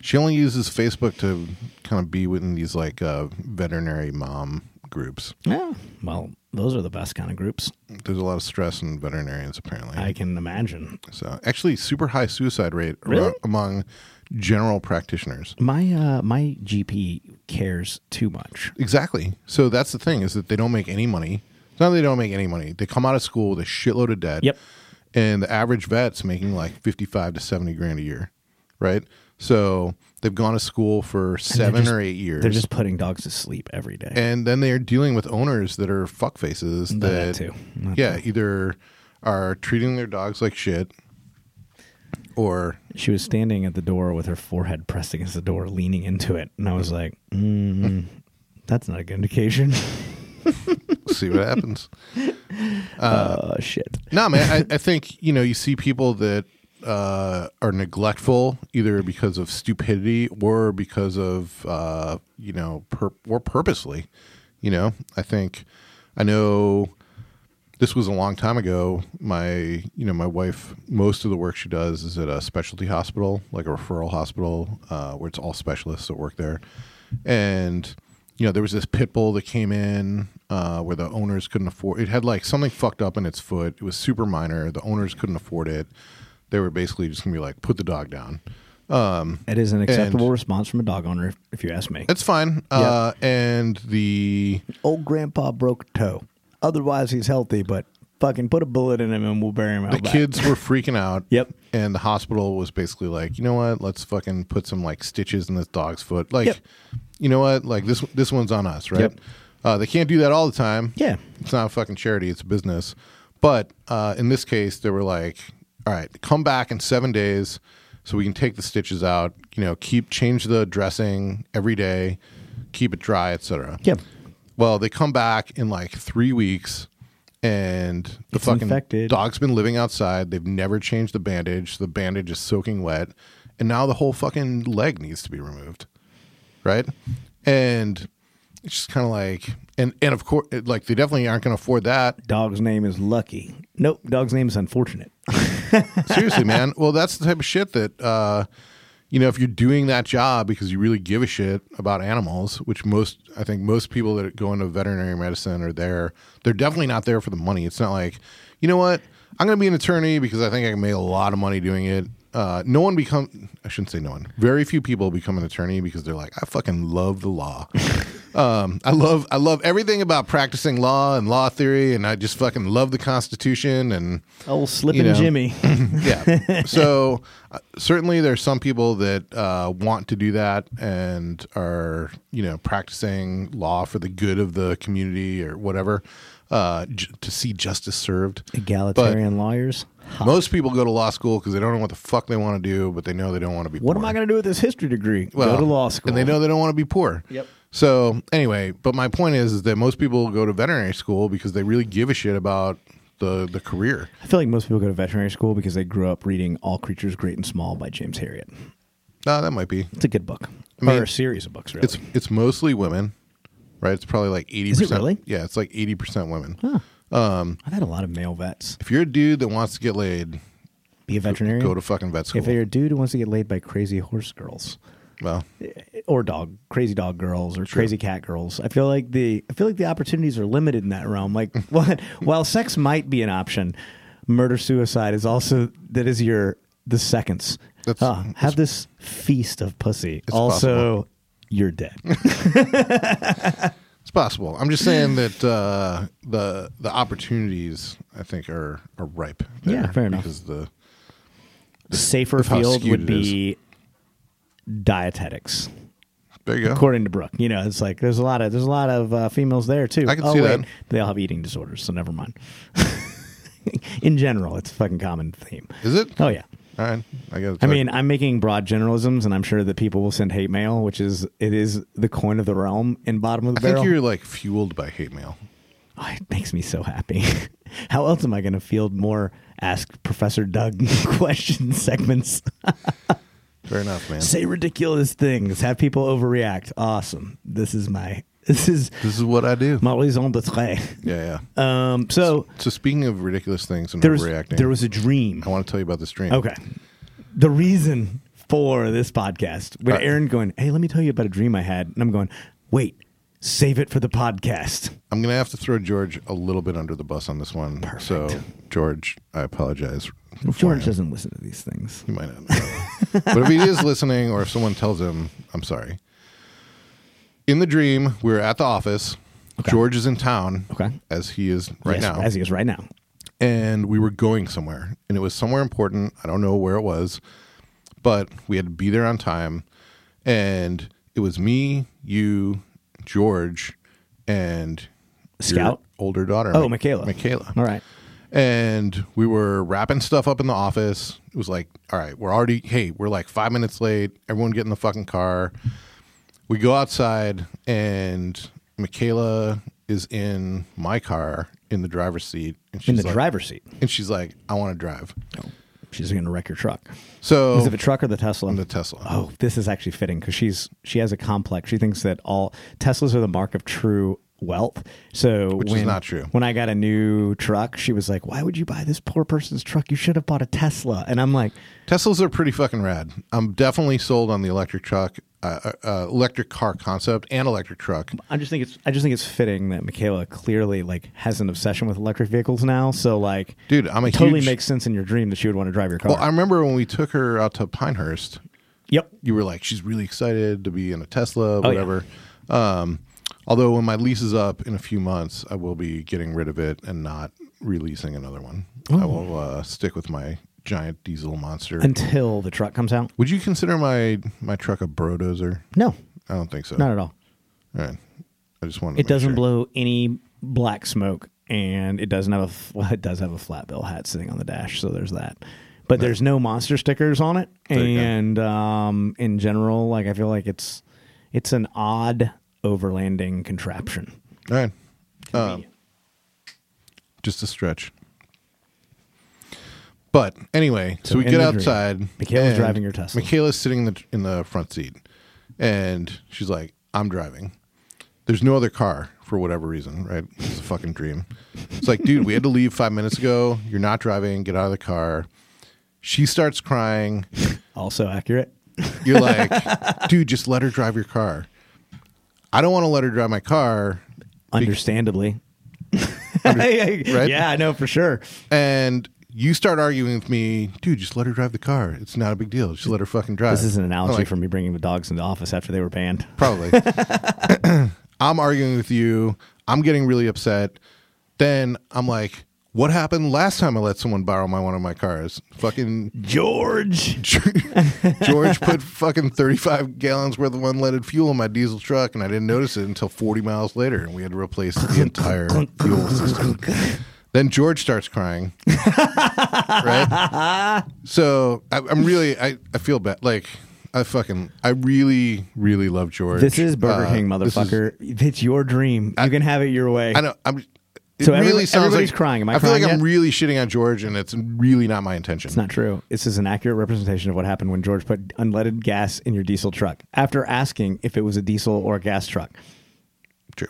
[SPEAKER 2] she only uses Facebook to kind of be within these like uh, veterinary mom groups.
[SPEAKER 1] yeah, well, those are the best kind of groups
[SPEAKER 2] There's a lot of stress in veterinarians apparently.
[SPEAKER 1] I can imagine.
[SPEAKER 2] so actually, super high suicide rate
[SPEAKER 1] Really?
[SPEAKER 2] around- among general practitioners.
[SPEAKER 1] My uh, my GP cares too much.
[SPEAKER 2] Exactly. So that's the thing is that they don't make any money. It's not that they don't make any money. They come out of school with a shitload of debt.
[SPEAKER 1] Yep.
[SPEAKER 2] And the average vet's making like fifty-five to seventy grand a year, right? So They've gone to school for seven
[SPEAKER 1] just-
[SPEAKER 2] or eight years.
[SPEAKER 1] They're just putting dogs to sleep every day.
[SPEAKER 2] and then they're dealing with owners that are fuck faces that,
[SPEAKER 1] That too. That
[SPEAKER 2] yeah, either are treating their dogs like shit or
[SPEAKER 1] She was standing at the door with her forehead pressed against the door, leaning into it, and I was like, mm, "That's not a good indication."
[SPEAKER 2] see what happens.
[SPEAKER 1] Uh, shit.
[SPEAKER 2] No, man, I, I think you know you see people that uh, are neglectful either because of stupidity or because of uh, you know pur- or purposely. You know, I think I know this was a long time ago. My you know my wife, most of the work she does is at a specialty hospital, like a referral hospital, uh, where it's all specialists that work there, and. You know, there was this pit bull that came in uh, where the owners couldn't afford. It had like something fucked up in its foot. It was super minor. The owners couldn't afford it. They were basically just gonna be like, "Put the dog down."
[SPEAKER 1] It is an acceptable response from a dog owner, if, if you ask me.
[SPEAKER 2] That's fine. Uh, and the
[SPEAKER 1] Old grandpa broke a toe. Otherwise, he's healthy, but fucking put a bullet in him and we'll bury him out
[SPEAKER 2] the kids were freaking out.
[SPEAKER 1] Yep.
[SPEAKER 2] And the hospital was basically like, you know what? Let's fucking put some like stitches in this dog's foot. Like,
[SPEAKER 1] Yep.
[SPEAKER 2] you know what? Like this this one's on us, right?
[SPEAKER 1] Yep.
[SPEAKER 2] Uh, they can't do that all the time.
[SPEAKER 1] Yeah.
[SPEAKER 2] It's not a fucking charity. It's a business. But uh, in this case, they were like, all right, come back in seven days so we can take the stitches out. You know, keep change the dressing every day, keep it dry, etc.
[SPEAKER 1] Yep.
[SPEAKER 2] Well, they come back in like three weeks, and the
[SPEAKER 1] It's
[SPEAKER 2] fucking
[SPEAKER 1] infected.
[SPEAKER 2] dog's been living outside. They've never changed the bandage. The bandage is soaking wet, and now the whole fucking leg needs to be removed, right? And it's just kind of like, and and of course, like they definitely aren't going to afford that.
[SPEAKER 1] Dog's name is Lucky. Nope. Dog's name is Unfortunate.
[SPEAKER 2] Seriously, man. Well, that's the type of shit that, uh, you know, if you're doing that job because you really give a shit about animals, which most, I think most people that go into veterinary medicine are there, they're definitely not there for the money. It's not like, you know what, I'm going to be an attorney because I think I can make a lot of money doing it. Uh, no one become I shouldn't say no one. Very few people become an attorney because they're like, I fucking love the law. Um, I love I love everything about practicing law and law theory, and I just fucking love the Constitution and
[SPEAKER 1] Old Slippin'
[SPEAKER 2] You know.
[SPEAKER 1] Jimmy.
[SPEAKER 2] yeah. So uh, certainly there's some people that uh, want to do that and are you know practicing law for the good of the community or whatever uh, j- to see justice served.
[SPEAKER 1] Egalitarian lawyers.
[SPEAKER 2] Most people go to law school because they don't know what the fuck they want to do, but they know they don't want to be.
[SPEAKER 1] What
[SPEAKER 2] poor.
[SPEAKER 1] am I going to do with this history degree? Go to law school.
[SPEAKER 2] And they know they don't want to be poor.
[SPEAKER 1] Yep.
[SPEAKER 2] So anyway, but my point is, is that most people go to veterinary school because they really give a shit about the the career.
[SPEAKER 1] I feel like most people go to veterinary school because they grew up reading All Creatures Great and Small by James Herriot.
[SPEAKER 2] No, that might be.
[SPEAKER 1] It's a good book.
[SPEAKER 2] mean,
[SPEAKER 1] or a series of books, really.
[SPEAKER 2] It's it's mostly women, right? It's probably like eighty.
[SPEAKER 1] Is it really?
[SPEAKER 2] Yeah, it's like eighty percent women.
[SPEAKER 1] I've had a lot of male vets.
[SPEAKER 2] If you're a dude that wants to get laid,
[SPEAKER 1] Be a veterinarian.
[SPEAKER 2] go to fucking vet
[SPEAKER 1] If you're
[SPEAKER 2] school.
[SPEAKER 1] a dude who wants to get laid by crazy horse girls
[SPEAKER 2] Well,
[SPEAKER 1] or dog, crazy dog girls or crazy cat girls, I feel like the I feel like the opportunities are limited in that realm. Like, what? While sex might be an option, murder suicide is also that is your the seconds.
[SPEAKER 2] That's-
[SPEAKER 1] Ah, have this feast of pussy. Also, you're dead.
[SPEAKER 2] it's possible. I'm just saying that uh, the the opportunities I think are are ripe. there
[SPEAKER 1] Yeah, fair enough.
[SPEAKER 2] Because the
[SPEAKER 1] Safer
[SPEAKER 2] how
[SPEAKER 1] field
[SPEAKER 2] skewed
[SPEAKER 1] would
[SPEAKER 2] it is.
[SPEAKER 1] be dietetics.
[SPEAKER 2] there you go.
[SPEAKER 1] according to Brooke. You know, it's like there's a lot of there's a lot of uh, females there too. Oh,
[SPEAKER 2] I can see that.
[SPEAKER 1] They all have eating disorders, so never mind. In general, it's a fucking common theme.
[SPEAKER 2] Is it?
[SPEAKER 1] Oh yeah.
[SPEAKER 2] All right. I got.
[SPEAKER 1] I mean, I'm making broad generalisms, and I'm sure that people will send hate mail, which is it is the coin of the realm and bottom of the
[SPEAKER 2] I think
[SPEAKER 1] barrel.
[SPEAKER 2] you're like fueled by hate mail.
[SPEAKER 1] Oh, it makes me so happy. How else am I going to field more ask Professor Doug question segments?
[SPEAKER 2] Fair enough, man.
[SPEAKER 1] Say ridiculous things, have people overreact. Awesome. This is my this is
[SPEAKER 2] This is what I do.
[SPEAKER 1] my raison d'être.
[SPEAKER 2] Yeah, yeah.
[SPEAKER 1] Um, so
[SPEAKER 2] So speaking of ridiculous things and
[SPEAKER 1] there was,
[SPEAKER 2] overreacting,
[SPEAKER 1] there was a dream.
[SPEAKER 2] I want to tell you about this dream.
[SPEAKER 1] Okay. The reason for this podcast, with
[SPEAKER 2] All right.
[SPEAKER 1] Aaron going, hey, let me tell you about a dream I had. And I'm going, wait, save it for the podcast.
[SPEAKER 2] I'm gonna have to throw George a little bit under the bus on this one. So, George, I apologize.
[SPEAKER 1] George
[SPEAKER 2] beforehand.
[SPEAKER 1] doesn't listen to these things.
[SPEAKER 2] he might not. Know. but if he is listening, or if someone tells him, I'm sorry. In the dream, we were at the office. George is in town,
[SPEAKER 1] Okay.
[SPEAKER 2] as he is right
[SPEAKER 1] Yes,
[SPEAKER 2] now,
[SPEAKER 1] As he is right now.
[SPEAKER 2] and we were going somewhere, and it was somewhere important. I don't know where it was, but we had to be there on time. and it was me, you, George, and your
[SPEAKER 1] Scout?
[SPEAKER 2] older daughter.
[SPEAKER 1] Oh,
[SPEAKER 2] Mi-
[SPEAKER 1] Michaela.
[SPEAKER 2] Michaela.
[SPEAKER 1] All right.
[SPEAKER 2] And we were wrapping stuff up in the office. It was like, all right, we're already, hey, we're like five minutes late. Everyone get in the fucking car. We go outside, and Michaela is in my car in the driver's seat. And she's
[SPEAKER 1] In the
[SPEAKER 2] like,
[SPEAKER 1] driver's seat.
[SPEAKER 2] And she's like, I want to drive.
[SPEAKER 1] She's going to wreck your truck.
[SPEAKER 2] So,
[SPEAKER 1] Is it a truck or the Tesla?
[SPEAKER 2] Oh. the Tesla.
[SPEAKER 1] Oh, this is actually fitting because she's she has a complex. She thinks that all Teslas are the mark of true wealth. So
[SPEAKER 2] Which is
[SPEAKER 1] when,
[SPEAKER 2] not true.
[SPEAKER 1] When I got a new truck, she was like, "Why would you buy this poor person's truck? You should have bought a Tesla." And I'm like,
[SPEAKER 2] Teslas are pretty fucking rad. I'm definitely sold on the electric truck, uh, uh, uh, electric car concept, and electric truck.
[SPEAKER 1] I just think it's I just think it's fitting that Michaela clearly like has an obsession with electric vehicles now. So like,
[SPEAKER 2] Dude, I'm a
[SPEAKER 1] it totally
[SPEAKER 2] huge-
[SPEAKER 1] makes sense in your dream that she would want to drive your car.
[SPEAKER 2] Well, I remember when we took her out to Pinehurst,
[SPEAKER 1] yep.
[SPEAKER 2] you were like, she's really excited to be in a Tesla,
[SPEAKER 1] Oh, yeah.
[SPEAKER 2] whatever. um, although when my lease is up in a few months, I will be getting rid of it and not releasing another one. I will uh, stick with my giant diesel monster.
[SPEAKER 1] Until the truck comes out.
[SPEAKER 2] Would you consider my my truck a brodozer?
[SPEAKER 1] No,
[SPEAKER 2] I don't think so.
[SPEAKER 1] not at all.
[SPEAKER 2] All right. I just wanted to
[SPEAKER 1] It
[SPEAKER 2] make
[SPEAKER 1] doesn't
[SPEAKER 2] sure.
[SPEAKER 1] blow any black smoke, and it doesn't have a f- well, it does have a flat bill hat sitting on the dash. So there's that. But there's no monster stickers on it,
[SPEAKER 2] There you go.
[SPEAKER 1] and um, in general, like I feel like it's it's an odd overlanding contraption.
[SPEAKER 2] All right. Um, just a stretch. But anyway, so,
[SPEAKER 1] So
[SPEAKER 2] we
[SPEAKER 1] in
[SPEAKER 2] get
[SPEAKER 1] the dream,
[SPEAKER 2] outside.
[SPEAKER 1] Michaela's
[SPEAKER 2] and
[SPEAKER 1] driving your Tesla.
[SPEAKER 2] Michaela's sitting in the, in the front seat, and she's like, "I'm driving." There's no other car for whatever reason, right? It's a fucking dream. It's like, dude, we had to leave five minutes ago. You're not driving. Get out of the car. She starts crying.
[SPEAKER 1] Also accurate.
[SPEAKER 2] You're like, dude, just let her drive your car. I don't want to let her drive my car
[SPEAKER 1] Understandably. Yeah, I know for sure.
[SPEAKER 2] and you start arguing with me, dude. Just let her drive the car. It's not a big deal. Just let her fucking drive.
[SPEAKER 1] This is an analogy
[SPEAKER 2] I'm like,
[SPEAKER 1] for me bringing the dogs into office after they were banned.
[SPEAKER 2] probably. I'm arguing with you. I'm getting really upset. Then I'm like, what happened last time I let someone borrow my one of my cars? Fucking
[SPEAKER 1] George.
[SPEAKER 2] George put fucking 35 gallons worth of unleaded fuel in my diesel truck, and I didn't notice it until 40 miles later, and we had to replace the entire fuel system. Then George starts crying. right? So I, I'm really, I, I feel bad. Like, I fucking, I really, really love George.
[SPEAKER 1] This is Burger
[SPEAKER 2] Uh,
[SPEAKER 1] King,
[SPEAKER 2] this is-
[SPEAKER 1] motherfucker. it's your dream. you can have it your way.
[SPEAKER 2] I know. I'm, it
[SPEAKER 1] So
[SPEAKER 2] really
[SPEAKER 1] everybody-
[SPEAKER 2] sounds
[SPEAKER 1] everybody's
[SPEAKER 2] like,
[SPEAKER 1] crying. Am I
[SPEAKER 2] feel like
[SPEAKER 1] crying
[SPEAKER 2] I'm
[SPEAKER 1] yet?
[SPEAKER 2] really shitting on George, and it's really not my intention.
[SPEAKER 1] It's not true. This is an accurate representation of what happened when George put unleaded gas in your diesel truck after asking if it was a diesel or a gas truck.
[SPEAKER 2] true.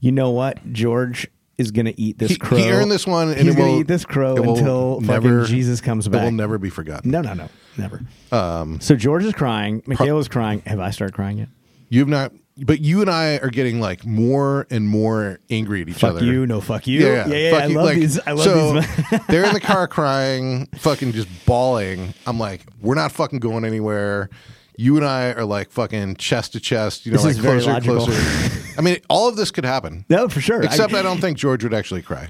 [SPEAKER 1] you know what? George is going to eat this
[SPEAKER 2] Um, He,
[SPEAKER 1] crow.
[SPEAKER 2] he earned this one, and
[SPEAKER 1] He's
[SPEAKER 2] it
[SPEAKER 1] gonna
[SPEAKER 2] will
[SPEAKER 1] eat this crow
[SPEAKER 2] it will
[SPEAKER 1] until fucking Jesus comes
[SPEAKER 2] It will
[SPEAKER 1] back.
[SPEAKER 2] never be forgotten.
[SPEAKER 1] No, no, no. Never. Um, so George is crying. Michaela's crying. Have I started crying yet?
[SPEAKER 2] You've not, but you and I are getting like more and more angry at each
[SPEAKER 1] Fuck
[SPEAKER 2] other.
[SPEAKER 1] you. No, fuck you. Yeah, yeah.
[SPEAKER 2] fuck
[SPEAKER 1] I
[SPEAKER 2] you,
[SPEAKER 1] love
[SPEAKER 2] like,
[SPEAKER 1] these. I love
[SPEAKER 2] so
[SPEAKER 1] these.
[SPEAKER 2] they're in the car crying, fucking just bawling. I'm like, we're not fucking going anywhere. You and I are like fucking chest to chest. You know,
[SPEAKER 1] This
[SPEAKER 2] like
[SPEAKER 1] is very
[SPEAKER 2] closer,
[SPEAKER 1] logical.
[SPEAKER 2] closer. I mean, all of this could happen.
[SPEAKER 1] No, for sure.
[SPEAKER 2] Except
[SPEAKER 1] I,
[SPEAKER 2] I, don't think George would actually cry.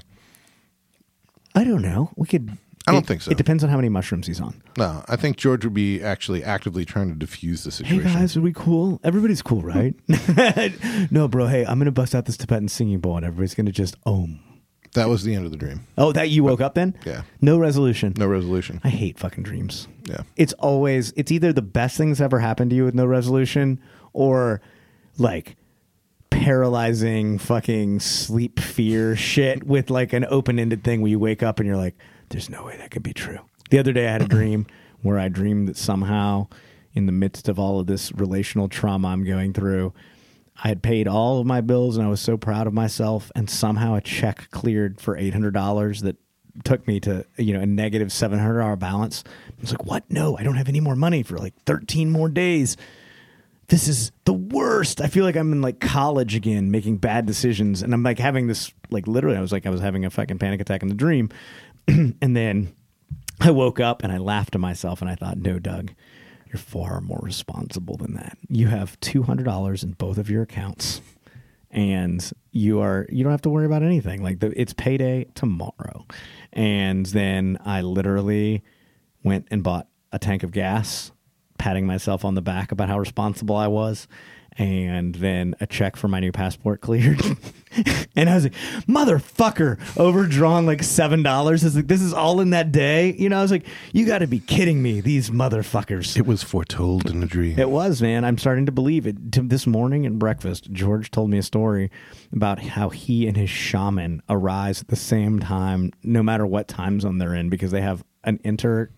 [SPEAKER 1] I don't know. We could.
[SPEAKER 2] I don't
[SPEAKER 1] it-
[SPEAKER 2] think so.
[SPEAKER 1] It depends on how many mushrooms he's on.
[SPEAKER 2] No, I think George would be actually actively trying to diffuse the
[SPEAKER 1] Hey
[SPEAKER 2] situation.
[SPEAKER 1] guys, are we cool? Everybody's cool, right? no, bro. Hey, I'm gonna bust out this Tibetan singing bowl, and everybody's gonna just ohm.
[SPEAKER 2] That was the end of the dream.
[SPEAKER 1] Oh, that you woke up then?
[SPEAKER 2] Yeah.
[SPEAKER 1] No resolution.
[SPEAKER 2] No resolution.
[SPEAKER 1] I hate fucking dreams.
[SPEAKER 2] Yeah.
[SPEAKER 1] It's always it's either the best things ever happened to you with no resolution, or like paralyzing fucking sleep fear shit with like an open ended thing where you wake up and you're like, there's no way that could be true. The other day I had a dream where I dreamed that somehow in the midst of all of this relational trauma I'm going through, I had paid all of my bills and I was so proud of myself and somehow a check cleared for eight hundred dollars that took me to you know a negative seven hundred dollar balance. I was like, what? No, I don't have any more money for like thirteen more days this is the worst. I feel like I'm in like college again, making bad decisions, and I'm like having this like literally. I was like I was having a fucking panic attack in the dream, and then I woke up and I laughed to myself and I thought, no, Doug, you're far more responsible than that. You have two hundred dollars in both of your accounts, and you are you don't have to worry about anything. Like the, it's payday tomorrow, and then I literally went and bought a tank of gas patting myself on the back about how responsible I was. And then a check for my new passport cleared. and I was like, motherfucker, overdrawn like $7. It's like, this is all in that day. You know, I was like, you got to be kidding me, these motherfuckers.
[SPEAKER 2] It was foretold in a dream.
[SPEAKER 1] It was, man. I'm starting to believe it. T- This morning at breakfast, George told me a story about how he and his shaman arise at the same time, no matter what time zone they're in, because they have an inter,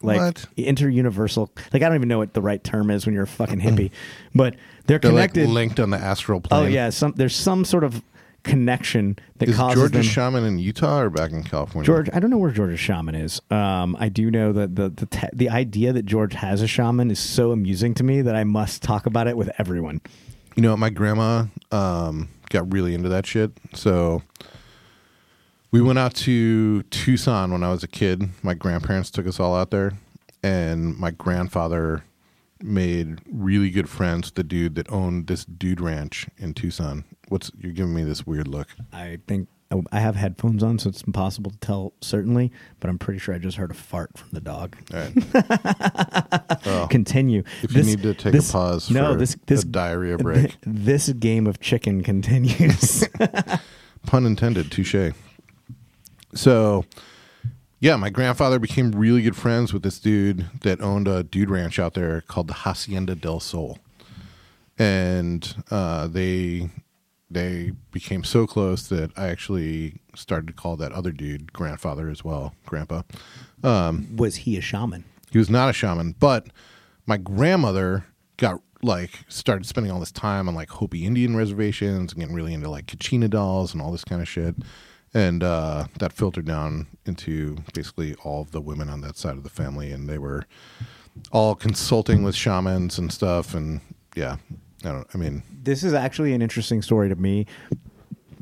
[SPEAKER 1] like
[SPEAKER 2] What?
[SPEAKER 1] inter universal. Like I don't even know what the right term is when you're a fucking hippie, but they're,
[SPEAKER 2] They're like
[SPEAKER 1] connected.
[SPEAKER 2] linked on the astral plane.
[SPEAKER 1] oh yeah, some there's some sort of connection that
[SPEAKER 2] Is
[SPEAKER 1] causes
[SPEAKER 2] George's
[SPEAKER 1] them.
[SPEAKER 2] shaman in Utah or back in California?
[SPEAKER 1] George, I don't know where George's shaman is. Um, I do know that the the, te- the idea that George has a shaman is so amusing to me that I must talk about it with everyone.
[SPEAKER 2] You know, my grandma um, got really into that shit. So we went out to Tucson when I was a kid. My grandparents took us all out there, and my grandfather made really good friends with the dude that owned this dude ranch in Tucson. What's you're giving me this weird look?
[SPEAKER 1] I think oh, I have headphones on, so it's impossible to tell certainly, but I'm pretty sure I just heard a fart from the dog.
[SPEAKER 2] All right.
[SPEAKER 1] Continue.
[SPEAKER 2] Oh. If you need to take
[SPEAKER 1] this-
[SPEAKER 2] a pause
[SPEAKER 1] no,
[SPEAKER 2] for
[SPEAKER 1] this this
[SPEAKER 2] a diarrhea break,
[SPEAKER 1] this game of chicken continues.
[SPEAKER 2] pun intended, touche. So, yeah, my grandfather became really good friends with this dude that owned a dude ranch out there called the Hacienda del Sol, and uh, they they became so close that I actually started to call that other dude grandfather as well, grandpa.
[SPEAKER 1] Was he a shaman?
[SPEAKER 2] He was not a shaman, but my grandmother got like started spending all this time on like Hopi Indian reservations and getting really into like Kachina dolls and all this kind of shit. And uh, that filtered down into basically all of the women on that side of the family, and they were all consulting with shamans and stuff. And yeah, I don't. I mean,
[SPEAKER 1] This is actually an interesting story to me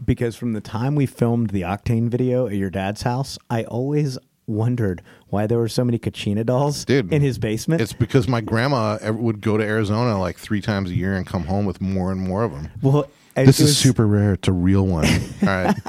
[SPEAKER 1] because from the time we filmed the Octane video at your dad's house, I always wondered why there were so many Kachina dolls
[SPEAKER 2] Dude,
[SPEAKER 1] in his basement.
[SPEAKER 2] it's because my grandma ever- would go to Arizona like three times a year and come home with more and more of them.
[SPEAKER 1] well, it
[SPEAKER 2] This is
[SPEAKER 1] was-
[SPEAKER 2] super rare. It's a real one. All right.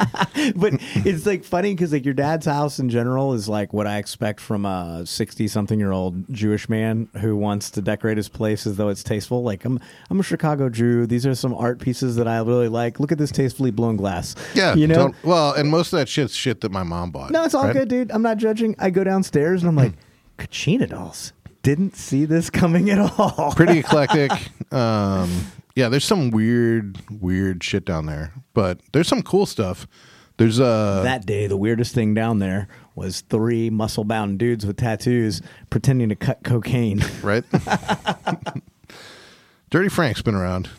[SPEAKER 1] but it's like funny because like your dad's house in general is like what I expect from a sixty-something-year-old Jewish man who wants to decorate his place as though it's tasteful. Like I'm, I'm a Chicago Jew. These are some art pieces that I really like. Look at this tastefully blown glass.
[SPEAKER 2] Yeah,
[SPEAKER 1] you know.
[SPEAKER 2] don't- well, and most of that shit's shit that my mom bought.
[SPEAKER 1] No, it's all
[SPEAKER 2] right?
[SPEAKER 1] good, dude. I'm not judging. I go downstairs and I'm like, Kachina dolls. Didn't see this coming at all.
[SPEAKER 2] Pretty eclectic. um, yeah, there's some weird, weird shit down there, but there's some cool stuff. There's uh,
[SPEAKER 1] That day, the weirdest thing down there was three muscle bound dudes with tattoos pretending to cut cocaine.
[SPEAKER 2] right. Dirty Frank's been around.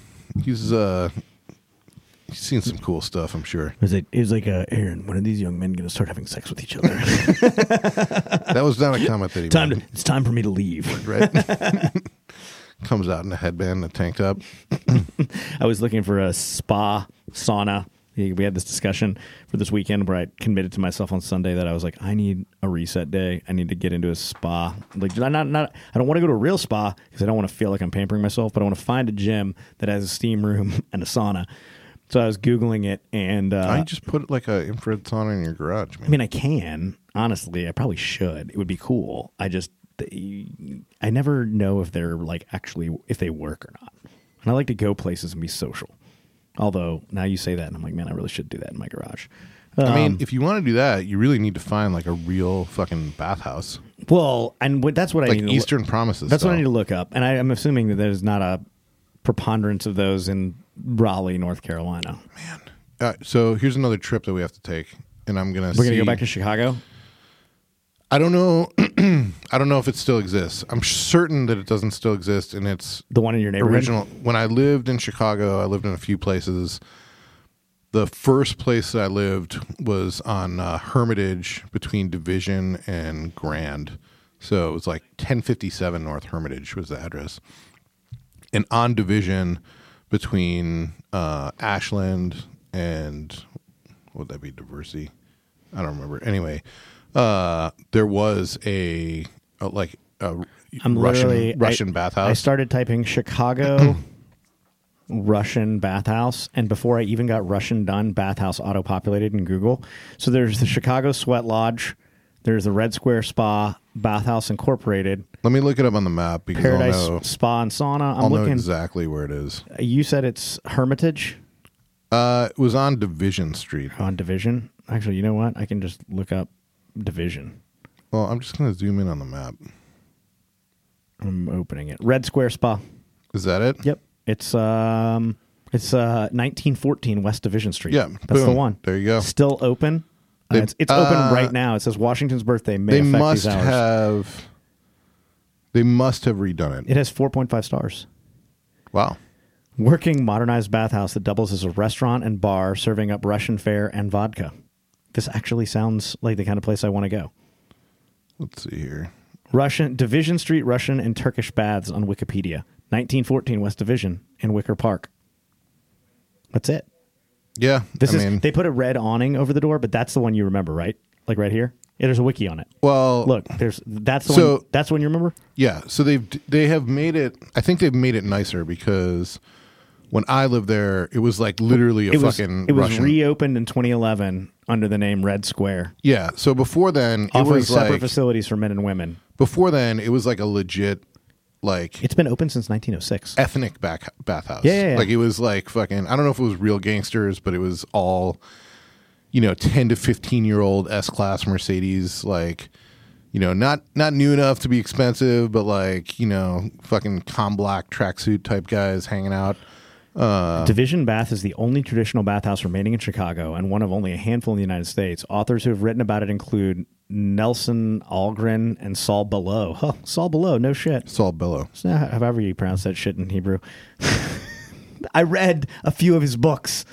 [SPEAKER 2] He's uh, he's seen some cool stuff, I'm sure.
[SPEAKER 1] It was like, it was like uh, Aaron, when are these young men going to start having sex with each other?
[SPEAKER 2] That was not a comment that he
[SPEAKER 1] time to,
[SPEAKER 2] made,
[SPEAKER 1] it's time for me to leave.
[SPEAKER 2] right. Comes out in a headband and a tank top.
[SPEAKER 1] I was looking for a spa sauna. We had this discussion for this weekend where I committed to myself on Sunday that I was like, I need a reset day. I need to get into a spa. Like, did I not? Not. I don't want to go to a real spa because I don't want to feel like I'm pampering myself. But I want to find a gym that has a steam room and a sauna. So I was googling it, and uh,
[SPEAKER 2] I just put like a infrared sauna in your garage, man.
[SPEAKER 1] I mean, I can honestly. I probably should. It would be cool. I just, I never know if they're like actually if they work or not. And I like to go places and be social. Although now you say that, and I'm like, man, I really should do that in my garage. Uh,
[SPEAKER 2] I mean, if you want to do that, you really need to find like a real fucking bathhouse,
[SPEAKER 1] well, and what, that's what I
[SPEAKER 2] like
[SPEAKER 1] need. to
[SPEAKER 2] Eastern Promises.
[SPEAKER 1] That's what I
[SPEAKER 2] style.
[SPEAKER 1] need to look up, and I, I'm assuming that there's not a preponderance of those in Raleigh, North Carolina.
[SPEAKER 2] Uh, so here's another trip that we have to take, and I'm gonna.
[SPEAKER 1] We're gonna go back to Chicago.
[SPEAKER 2] I don't know. I don't know if it still exists. I'm certain that it doesn't still exist, and it's
[SPEAKER 1] The one in your neighborhood.
[SPEAKER 2] original. When I lived in Chicago, I lived in a few places. The first place that I lived was on uh, Hermitage between Division and Grand. So it was like 1057 North Hermitage was the address. And on Division between uh, Ashland and would that be diversity? I don't remember. Anyway, uh, there was a, a like a
[SPEAKER 1] I'm literally
[SPEAKER 2] Russian
[SPEAKER 1] I-
[SPEAKER 2] Russian bathhouse.
[SPEAKER 1] I started typing Chicago Russian bathhouse, and before I even got Russian done, bathhouse auto populated in Google. So there's the Chicago Sweat Lodge. There's the Red Square Spa Bathhouse Incorporated,
[SPEAKER 2] Let me look it up on the map because
[SPEAKER 1] Paradise
[SPEAKER 2] I'll know,
[SPEAKER 1] Spa and Sauna. I'm
[SPEAKER 2] I'll know
[SPEAKER 1] looking.
[SPEAKER 2] exactly where it is.
[SPEAKER 1] You said it's Hermitage
[SPEAKER 2] Uh, it was on Division Street.
[SPEAKER 1] on Division. Actually, you know what? I can just look up Division.
[SPEAKER 2] Well, I'm just gonna zoom in on the map.
[SPEAKER 1] I'm opening it. Red Square Spa.
[SPEAKER 2] Is that it?
[SPEAKER 1] Yep. It's um it's uh 1914 West Division Street.
[SPEAKER 2] Yeah,
[SPEAKER 1] That's the
[SPEAKER 2] boom.
[SPEAKER 1] one.
[SPEAKER 2] There you go.
[SPEAKER 1] Still open. Uh,
[SPEAKER 2] They-
[SPEAKER 1] it's it's open
[SPEAKER 2] uh,
[SPEAKER 1] right now. It says Washington's birthday may
[SPEAKER 2] They
[SPEAKER 1] affect
[SPEAKER 2] must
[SPEAKER 1] these hours.
[SPEAKER 2] have. They must have redone it.
[SPEAKER 1] it has 4.5 stars.
[SPEAKER 2] Wow.
[SPEAKER 1] Working modernized bathhouse that doubles as a restaurant and bar serving up Russian fare and vodka. This actually sounds like the kind of place I want to go.
[SPEAKER 2] Let's see here.
[SPEAKER 1] Russian Division Street Russian and Turkish baths on Wikipedia. 1914 West Division in Wicker Park. That's it.
[SPEAKER 2] Yeah.
[SPEAKER 1] This
[SPEAKER 2] I
[SPEAKER 1] is
[SPEAKER 2] mean,
[SPEAKER 1] they put a red awning over the door, but that's the one you remember, right? Like right here. Yeah, there's a wiki on it.
[SPEAKER 2] well,
[SPEAKER 1] Look, there's that's the
[SPEAKER 2] So-
[SPEAKER 1] one that's the one you remember?
[SPEAKER 2] Yeah, so they've they have made it. I think they've made it nicer because when I lived there, it was like literally a
[SPEAKER 1] It was
[SPEAKER 2] fucking
[SPEAKER 1] it was
[SPEAKER 2] Russian.
[SPEAKER 1] reopened in 2011 under the name Red Square,
[SPEAKER 2] yeah, so before then, it
[SPEAKER 1] offering
[SPEAKER 2] was
[SPEAKER 1] separate
[SPEAKER 2] like
[SPEAKER 1] facilities for men and women.
[SPEAKER 2] before then, it was like a legit like
[SPEAKER 1] It's been open since 1906.
[SPEAKER 2] ethnic back bathhouse.
[SPEAKER 1] Yeah, yeah, yeah.
[SPEAKER 2] like it was like fucking. I don't know if it was real gangsters, but it was all you know, ten to fifteen year old S class Mercedes, like. You know, not not new enough to be expensive, but like you know, fucking com black tracksuit type guys hanging out. Uh.
[SPEAKER 1] Division Bath is the only traditional bathhouse remaining in Chicago and one of only a handful in the United States. Authors who have written about it include Nelson Algren and Saul Below. Huh, Saul Below, no shit.
[SPEAKER 2] It's all bellow.
[SPEAKER 1] So, Eh, however you pronounce that shit in Hebrew. I read a few of his books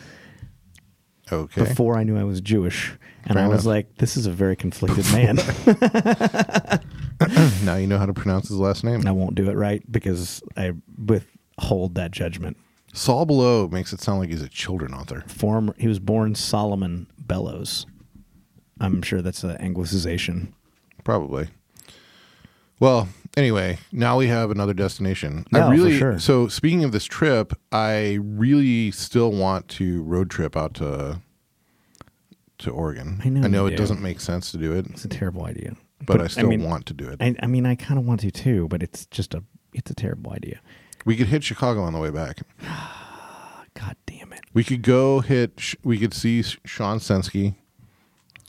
[SPEAKER 2] Okay.
[SPEAKER 1] before I knew I was Jewish. And
[SPEAKER 2] Fair
[SPEAKER 1] I was
[SPEAKER 2] enough.
[SPEAKER 1] like, this is a very conflicted man.
[SPEAKER 2] Now you know how to pronounce his last name.
[SPEAKER 1] and I won't do it right because I withhold that judgment.
[SPEAKER 2] Saul Below makes it sound like he's a children author.
[SPEAKER 1] Former, he was born Solomon Bellows. I'm sure that's an anglicization.
[SPEAKER 2] Probably. Well, anyway, now we have another destination.
[SPEAKER 1] No,
[SPEAKER 2] I
[SPEAKER 1] for
[SPEAKER 2] really
[SPEAKER 1] sure.
[SPEAKER 2] so speaking of this trip, I really still want to road trip out to to Oregon.
[SPEAKER 1] I know
[SPEAKER 2] I know
[SPEAKER 1] you
[SPEAKER 2] it
[SPEAKER 1] do.
[SPEAKER 2] doesn't make sense to do it,
[SPEAKER 1] It's a terrible idea.
[SPEAKER 2] but, I still
[SPEAKER 1] mean,
[SPEAKER 2] want to do it.
[SPEAKER 1] I, I mean, I kind of want to too, but it's just a, it's a terrible idea.
[SPEAKER 2] we could hit Chicago on the way back.
[SPEAKER 1] God damn it.
[SPEAKER 2] We could go hit. Sh- We could see Sh- Sean Sensky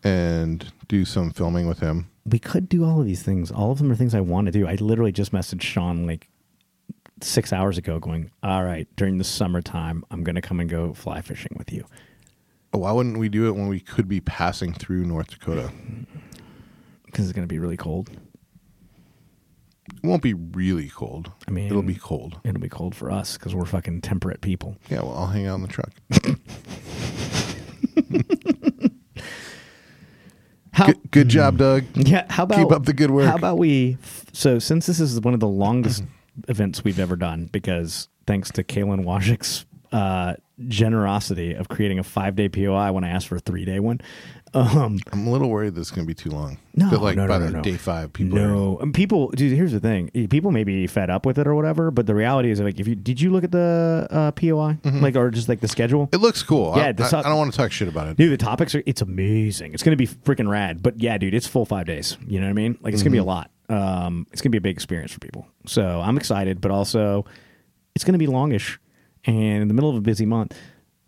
[SPEAKER 2] and do some filming with him.
[SPEAKER 1] we could do all of these things. All of them are things I want to do. I literally just messaged Sean like six hours ago going, All right, during the summertime, I'm going to come and go fly fishing with you.
[SPEAKER 2] Why wouldn't we do it when we could be passing through North Dakota?
[SPEAKER 1] Because it's going to be really cold.
[SPEAKER 2] It won't be really cold.
[SPEAKER 1] I mean-
[SPEAKER 2] it'll be cold.
[SPEAKER 1] It'll be cold for us because we're fucking temperate people.
[SPEAKER 2] Yeah, well, I'll hang out in the truck.
[SPEAKER 1] How, Hmm.
[SPEAKER 2] Good, good job, Doug.
[SPEAKER 1] yeah, how about
[SPEAKER 2] Keep up the good work.
[SPEAKER 1] How about we? So, since this is one of the longest
[SPEAKER 2] Mm-hmm.
[SPEAKER 1] events we've ever done, because thanks to Kalen Wajik's uh, generosity of creating a five day POI when I asked for a three day one, um,
[SPEAKER 2] I'm a little worried this is going to be too long.
[SPEAKER 1] No,
[SPEAKER 2] That, like
[SPEAKER 1] no, no,
[SPEAKER 2] by
[SPEAKER 1] no,
[SPEAKER 2] the
[SPEAKER 1] no.
[SPEAKER 2] day five, people. Are,
[SPEAKER 1] No, and people. Dude, here's the thing: people may be fed up with it or whatever, but the reality is, like, if you did you look at the uh, POI, like, or just like the schedule,
[SPEAKER 2] Mm-hmm. it looks cool.
[SPEAKER 1] Yeah,
[SPEAKER 2] I,
[SPEAKER 1] the
[SPEAKER 2] I-
[SPEAKER 1] suck-
[SPEAKER 2] I don't want to talk shit about it.
[SPEAKER 1] dude, the topics are it's amazing. It's gonna be freaking rad. But yeah, dude, it's full five days. You know what I mean? Like, it's gonna be a
[SPEAKER 2] Mm-hmm.
[SPEAKER 1] lot. Um, it's gonna be a big experience for people. So I'm excited, but also it's gonna be longish, and in the middle of a busy month,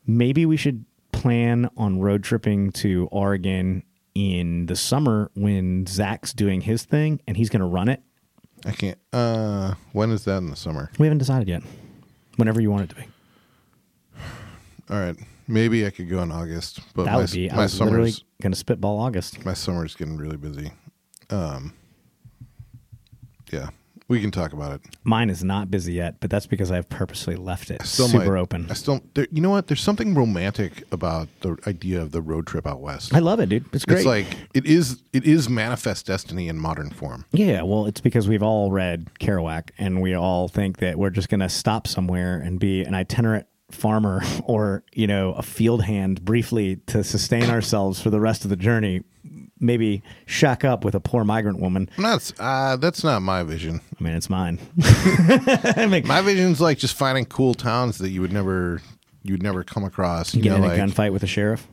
[SPEAKER 1] maybe we should plan on road tripping to Oregon in the summer when Zach's doing his thing and he's gonna run it.
[SPEAKER 2] I can't. Uh, when is that in the summer?
[SPEAKER 1] We haven't decided yet. Whenever you want it to be.
[SPEAKER 2] All right, maybe I could go in August, but
[SPEAKER 1] That
[SPEAKER 2] my,
[SPEAKER 1] would be. I
[SPEAKER 2] my
[SPEAKER 1] was literally
[SPEAKER 2] summer's
[SPEAKER 1] going to spitball August.
[SPEAKER 2] my summer's getting really busy. Um, yeah, we can talk about it.
[SPEAKER 1] Mine is not busy yet, but that's because I've purposely left it
[SPEAKER 2] still
[SPEAKER 1] super
[SPEAKER 2] might.
[SPEAKER 1] open.
[SPEAKER 2] I still, there, you know what? There's something romantic about the idea of the road trip out west.
[SPEAKER 1] I love it, dude. It's great.
[SPEAKER 2] It's like it is. It is manifest destiny in modern form.
[SPEAKER 1] yeah, well, it's because we've all read Kerouac and we all think that we're just going to stop somewhere and be an itinerant farmer or, you know, a field hand briefly to sustain ourselves for the rest of the journey. Maybe shack up with a poor migrant woman.
[SPEAKER 2] I'm not. s- Uh, that's not my vision.
[SPEAKER 1] I mean, it's mine. I mean,
[SPEAKER 2] My vision's like just finding cool towns that you would never, you would never come across. You
[SPEAKER 1] get
[SPEAKER 2] know,
[SPEAKER 1] in
[SPEAKER 2] like
[SPEAKER 1] a gunfight with a sheriff.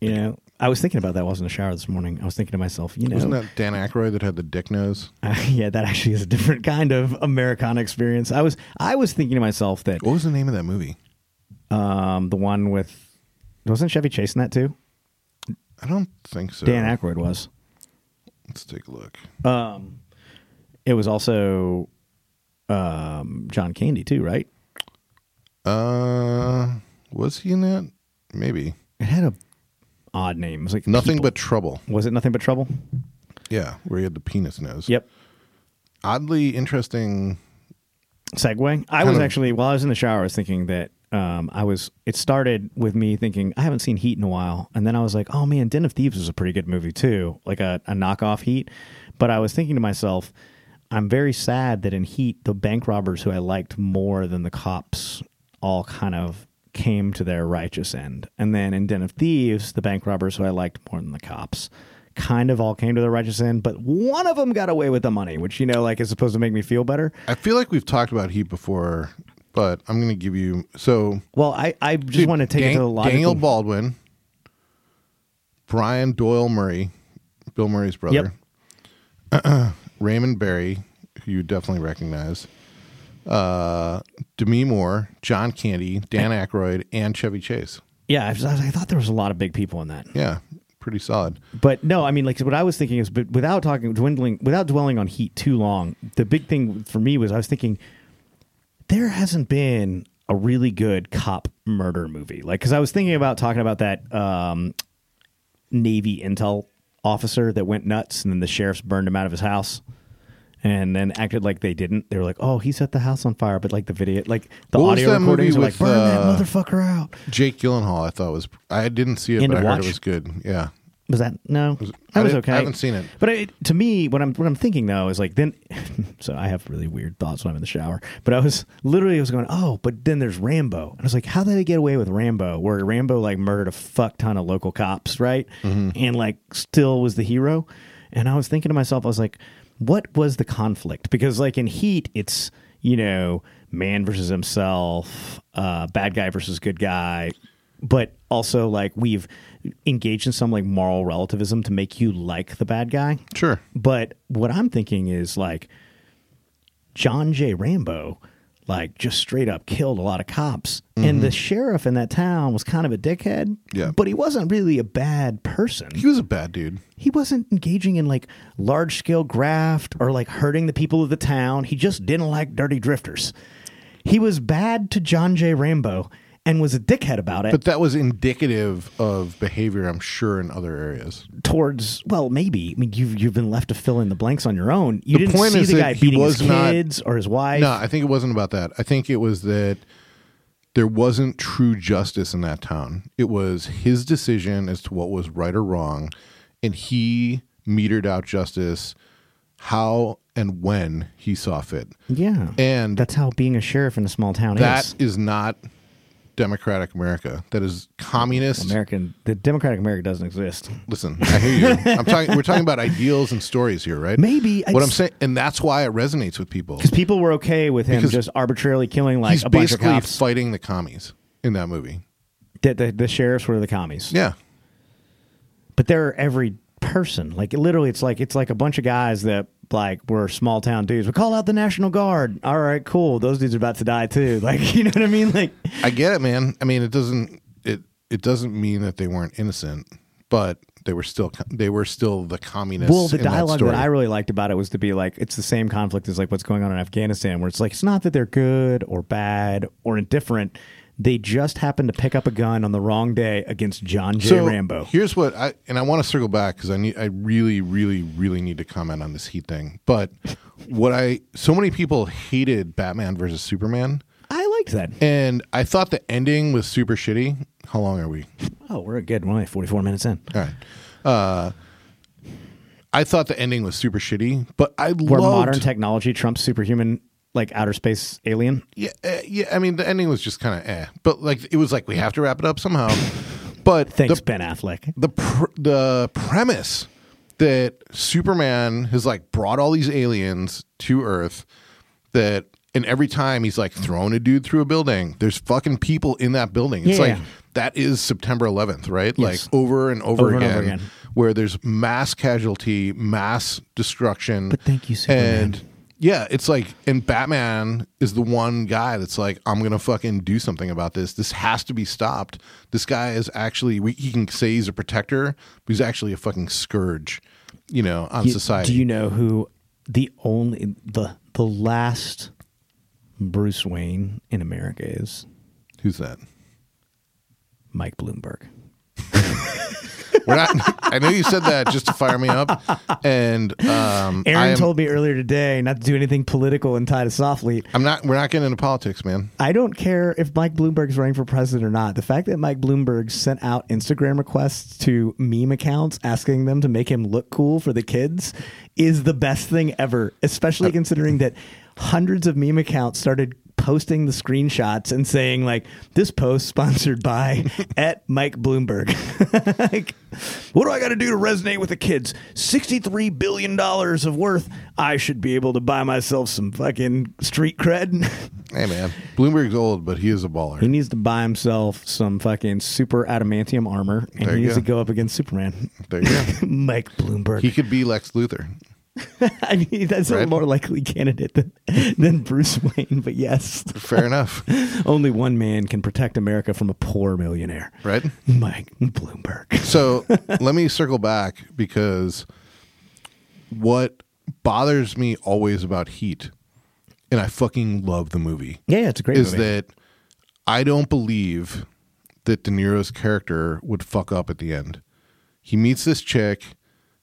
[SPEAKER 1] You know, I was thinking about that. while I was in the shower this morning. I was thinking to myself, you know,
[SPEAKER 2] Wasn't that Dan Aykroyd that had the dick nose?
[SPEAKER 1] yeah, that actually is a different kind of Americana experience. I was I was thinking to myself that
[SPEAKER 2] What was the name of that movie?
[SPEAKER 1] um, the one with wasn't Chevy chasing that too?
[SPEAKER 2] I don't think so.
[SPEAKER 1] Dan Aykroyd was. Um,
[SPEAKER 2] Let's take a look.
[SPEAKER 1] It was also um, John Candy too, right?
[SPEAKER 2] Uh, was he in that? Maybe.
[SPEAKER 1] It had a odd name. It was like
[SPEAKER 2] Nothing
[SPEAKER 1] People-
[SPEAKER 2] but trouble.
[SPEAKER 1] was it nothing but trouble?
[SPEAKER 2] Yeah, where he had the penis nose.
[SPEAKER 1] Yep.
[SPEAKER 2] Oddly interesting.
[SPEAKER 1] segue. I
[SPEAKER 2] Kind
[SPEAKER 1] was
[SPEAKER 2] of-
[SPEAKER 1] actually while I was in the shower, I was thinking that um, I was. It started with me thinking I haven't seen Heat in a while, and then I was like, oh man, Den of Thieves was a pretty good movie too, like a, a knockoff Heat. But I was thinking to myself, I'm very sad that in Heat, the bank robbers who I liked more than the cops all kind of came to their righteous end, and then in Den of Thieves, the bank robbers who I liked more than the cops. Kind of all came to their righteous end, but one of them got away with the money, which you know, like is supposed to make me feel better.
[SPEAKER 2] I feel like we've talked about Heat before, but I'm going to give you. So
[SPEAKER 1] Well, I, I just want to take it to the logical.
[SPEAKER 2] Daniel Baldwin, Brian Doyle Murray, Bill Murray's brother,
[SPEAKER 1] Yep.
[SPEAKER 2] Raymond Barry, who you definitely recognize, uh, Demi Moore, John Candy, Dan Aykroyd, and Chevy Chase.
[SPEAKER 1] yeah, I, was- I was- I thought there was a lot of big people in that,
[SPEAKER 2] Yeah, pretty solid.
[SPEAKER 1] but no, I mean, like what I was thinking is, but without talking, dwindling, without dwelling on heat too long, the big thing for me was I was thinking there hasn't been a really good cop murder movie, like because I was thinking about talking about that um, Navy intel officer that went nuts, and then the sheriffs burned him out of his house. And then acted like they didn't. They were like, "Oh, he set the house on fire," but like the video, like the
[SPEAKER 2] What was
[SPEAKER 1] audio
[SPEAKER 2] that movie
[SPEAKER 1] recordings, were like,
[SPEAKER 2] with,
[SPEAKER 1] "Burn
[SPEAKER 2] uh,
[SPEAKER 1] that motherfucker out."
[SPEAKER 2] Jake Gyllenhaal, I thought was. I didn't see it,
[SPEAKER 1] End
[SPEAKER 2] but I
[SPEAKER 1] of
[SPEAKER 2] heard
[SPEAKER 1] Watch?
[SPEAKER 2] it was good. Yeah,
[SPEAKER 1] Was that no?
[SPEAKER 2] I
[SPEAKER 1] That was
[SPEAKER 2] didn't-
[SPEAKER 1] okay.
[SPEAKER 2] I haven't seen it.
[SPEAKER 1] But it, to me, what I'm what I'm thinking though is like then. so I have really weird thoughts when I'm in the shower. But I was literally I was going, oh, but then there's Rambo, and I was like, how did they get away with Rambo? Where Rambo like murdered a fuck ton of local cops, right?
[SPEAKER 2] Mm-hmm.
[SPEAKER 1] And like still was the hero. And I was thinking to myself, I was like, what was the conflict? Because like in Heat, it's you know man versus himself, uh, bad guy versus good guy, but also like we've engaged in some like moral relativism to make you like the bad guy.
[SPEAKER 2] sure.
[SPEAKER 1] But what I'm thinking is like John J. Rambo, like just straight up killed a lot of cops. And the sheriff in that town was kind of a dickhead.
[SPEAKER 2] Yeah.
[SPEAKER 1] But he wasn't really a bad person
[SPEAKER 2] He was a bad dude.
[SPEAKER 1] he wasn't engaging in like large scale graft or like hurting the people of the town. He just didn't like dirty drifters. He was bad to John J. Rambo and was a dickhead about it
[SPEAKER 2] But that was indicative of behavior, I'm sure, in other areas.
[SPEAKER 1] towards well, maybe. I mean you've you've been left to fill in the blanks on your own. You
[SPEAKER 2] The
[SPEAKER 1] didn't
[SPEAKER 2] point
[SPEAKER 1] see
[SPEAKER 2] is
[SPEAKER 1] the
[SPEAKER 2] that
[SPEAKER 1] guy
[SPEAKER 2] he
[SPEAKER 1] beating
[SPEAKER 2] was
[SPEAKER 1] his
[SPEAKER 2] not-
[SPEAKER 1] kids or his wife.
[SPEAKER 2] No, I think it wasn't about that. I think it was that there wasn't true justice in that town. It was his decision as to what was right or wrong, and he metered out justice how and when he saw fit.
[SPEAKER 1] Yeah.
[SPEAKER 2] And
[SPEAKER 1] that's how being a sheriff in a small town
[SPEAKER 2] that
[SPEAKER 1] is.
[SPEAKER 2] is not democratic America. That is communist.
[SPEAKER 1] American the democratic America doesn't exist.
[SPEAKER 2] Listen, I hear you. I'm talking. We're talking about ideals and stories here, right?
[SPEAKER 1] Maybe I
[SPEAKER 2] what I'm
[SPEAKER 1] just-
[SPEAKER 2] saying, and that's why it resonates with people.
[SPEAKER 1] Because people were okay with him
[SPEAKER 2] Because
[SPEAKER 1] just arbitrarily killing like
[SPEAKER 2] He's
[SPEAKER 1] a bunch of
[SPEAKER 2] basically
[SPEAKER 1] cops.
[SPEAKER 2] fighting the commies in that movie.
[SPEAKER 1] the, the, the sheriffs were the commies.
[SPEAKER 2] Yeah,
[SPEAKER 1] but they're every person. Like literally, it's like it's like a bunch of guys that like were small town dudes. We call out the National Guard. All right, cool. Those dudes are about to die too. Like you know what I mean? Like
[SPEAKER 2] I get it, man. I mean, it doesn't it it doesn't mean that they weren't innocent, but they were still co- they were still the communists.
[SPEAKER 1] well, the
[SPEAKER 2] in that
[SPEAKER 1] dialogue that,
[SPEAKER 2] story.
[SPEAKER 1] I really liked about it was to be like it's the same conflict as like what's going on in Afghanistan, where it's like it's not that they're good or bad or indifferent. They just happened to pick up a gun on the wrong day against John J.
[SPEAKER 2] so
[SPEAKER 1] Rambo.
[SPEAKER 2] Here's what I and I want to circle back because I need I really really really need to comment on this heat thing. But what I so many people hated Batman versus Superman,
[SPEAKER 1] I liked that.
[SPEAKER 2] and I thought the ending was super shitty. How long are we?
[SPEAKER 1] Oh, we're good. We're only forty-four minutes in.
[SPEAKER 2] All right. Uh, I thought the ending was super shitty, but I
[SPEAKER 1] Where
[SPEAKER 2] loved.
[SPEAKER 1] modern technology trumps superhuman, like outer space alien.
[SPEAKER 2] yeah, uh, yeah. I mean, the ending was just kind of eh, but like it was like we have to wrap it up somehow. but
[SPEAKER 1] Thanks,
[SPEAKER 2] the
[SPEAKER 1] Ben Affleck.
[SPEAKER 2] the pr- the premise that Superman has like brought all these aliens to Earth that. And every time he's like throwing a dude through a building, there's fucking people in that building. It's
[SPEAKER 1] Yeah.
[SPEAKER 2] like that is September 11th, right?
[SPEAKER 1] Yes.
[SPEAKER 2] Like over and over,
[SPEAKER 1] Over and
[SPEAKER 2] again,
[SPEAKER 1] over again.
[SPEAKER 2] where there's mass casualty, mass destruction.
[SPEAKER 1] But thank you, Superman.
[SPEAKER 2] And yeah, it's like, and Batman is the one guy that's like, I'm gonna fucking do something about this. This has to be stopped. This guy is actually, we, he can say he's a protector, but he's actually a fucking scourge, you know, on
[SPEAKER 1] You-
[SPEAKER 2] society.
[SPEAKER 1] Do you know who the only the the last Bruce Wayne in America is?
[SPEAKER 2] Who's that?
[SPEAKER 1] Mike Bloomberg.
[SPEAKER 2] We're not. I know you said that just to fire me up, and um, I
[SPEAKER 1] Aaron
[SPEAKER 2] am-
[SPEAKER 1] told me earlier today not to do anything political and tie to softly.
[SPEAKER 2] I'm not. We're not getting into politics, man.
[SPEAKER 1] I don't care if Mike Bloomberg's running for president or not. The fact that Mike Bloomberg sent out Instagram requests to meme accounts asking them to make him look cool for the kids is the best thing ever, especially considering that hundreds of meme accounts started posting the screenshots and saying like this post sponsored by at Mike Bloomberg. like what do I got to do to resonate with the kids? 63 billion dollars of worth. I should be able to buy myself some fucking street cred.
[SPEAKER 2] Hey, man. Bloomberg's old, but he is a baller.
[SPEAKER 1] He needs to buy himself some fucking super adamantium armor, and
[SPEAKER 2] There
[SPEAKER 1] he
[SPEAKER 2] you
[SPEAKER 1] needs
[SPEAKER 2] go.
[SPEAKER 1] to go up against Superman.
[SPEAKER 2] there you go.
[SPEAKER 1] Mike Bloomberg.
[SPEAKER 2] He could be Lex Luthor.
[SPEAKER 1] I mean, that's a
[SPEAKER 2] Right.
[SPEAKER 1] more likely candidate than, than Bruce Wayne. But yes,
[SPEAKER 2] Fair enough,
[SPEAKER 1] only one man can protect America from a poor millionaire.
[SPEAKER 2] right?
[SPEAKER 1] Mike Bloomberg.
[SPEAKER 2] So let me circle back because what bothers me always about Heat, and I fucking love the movie,
[SPEAKER 1] Yeah, it's a great
[SPEAKER 2] is
[SPEAKER 1] movie.
[SPEAKER 2] that I don't believe that De Niro's character would fuck up at the end. He meets this chick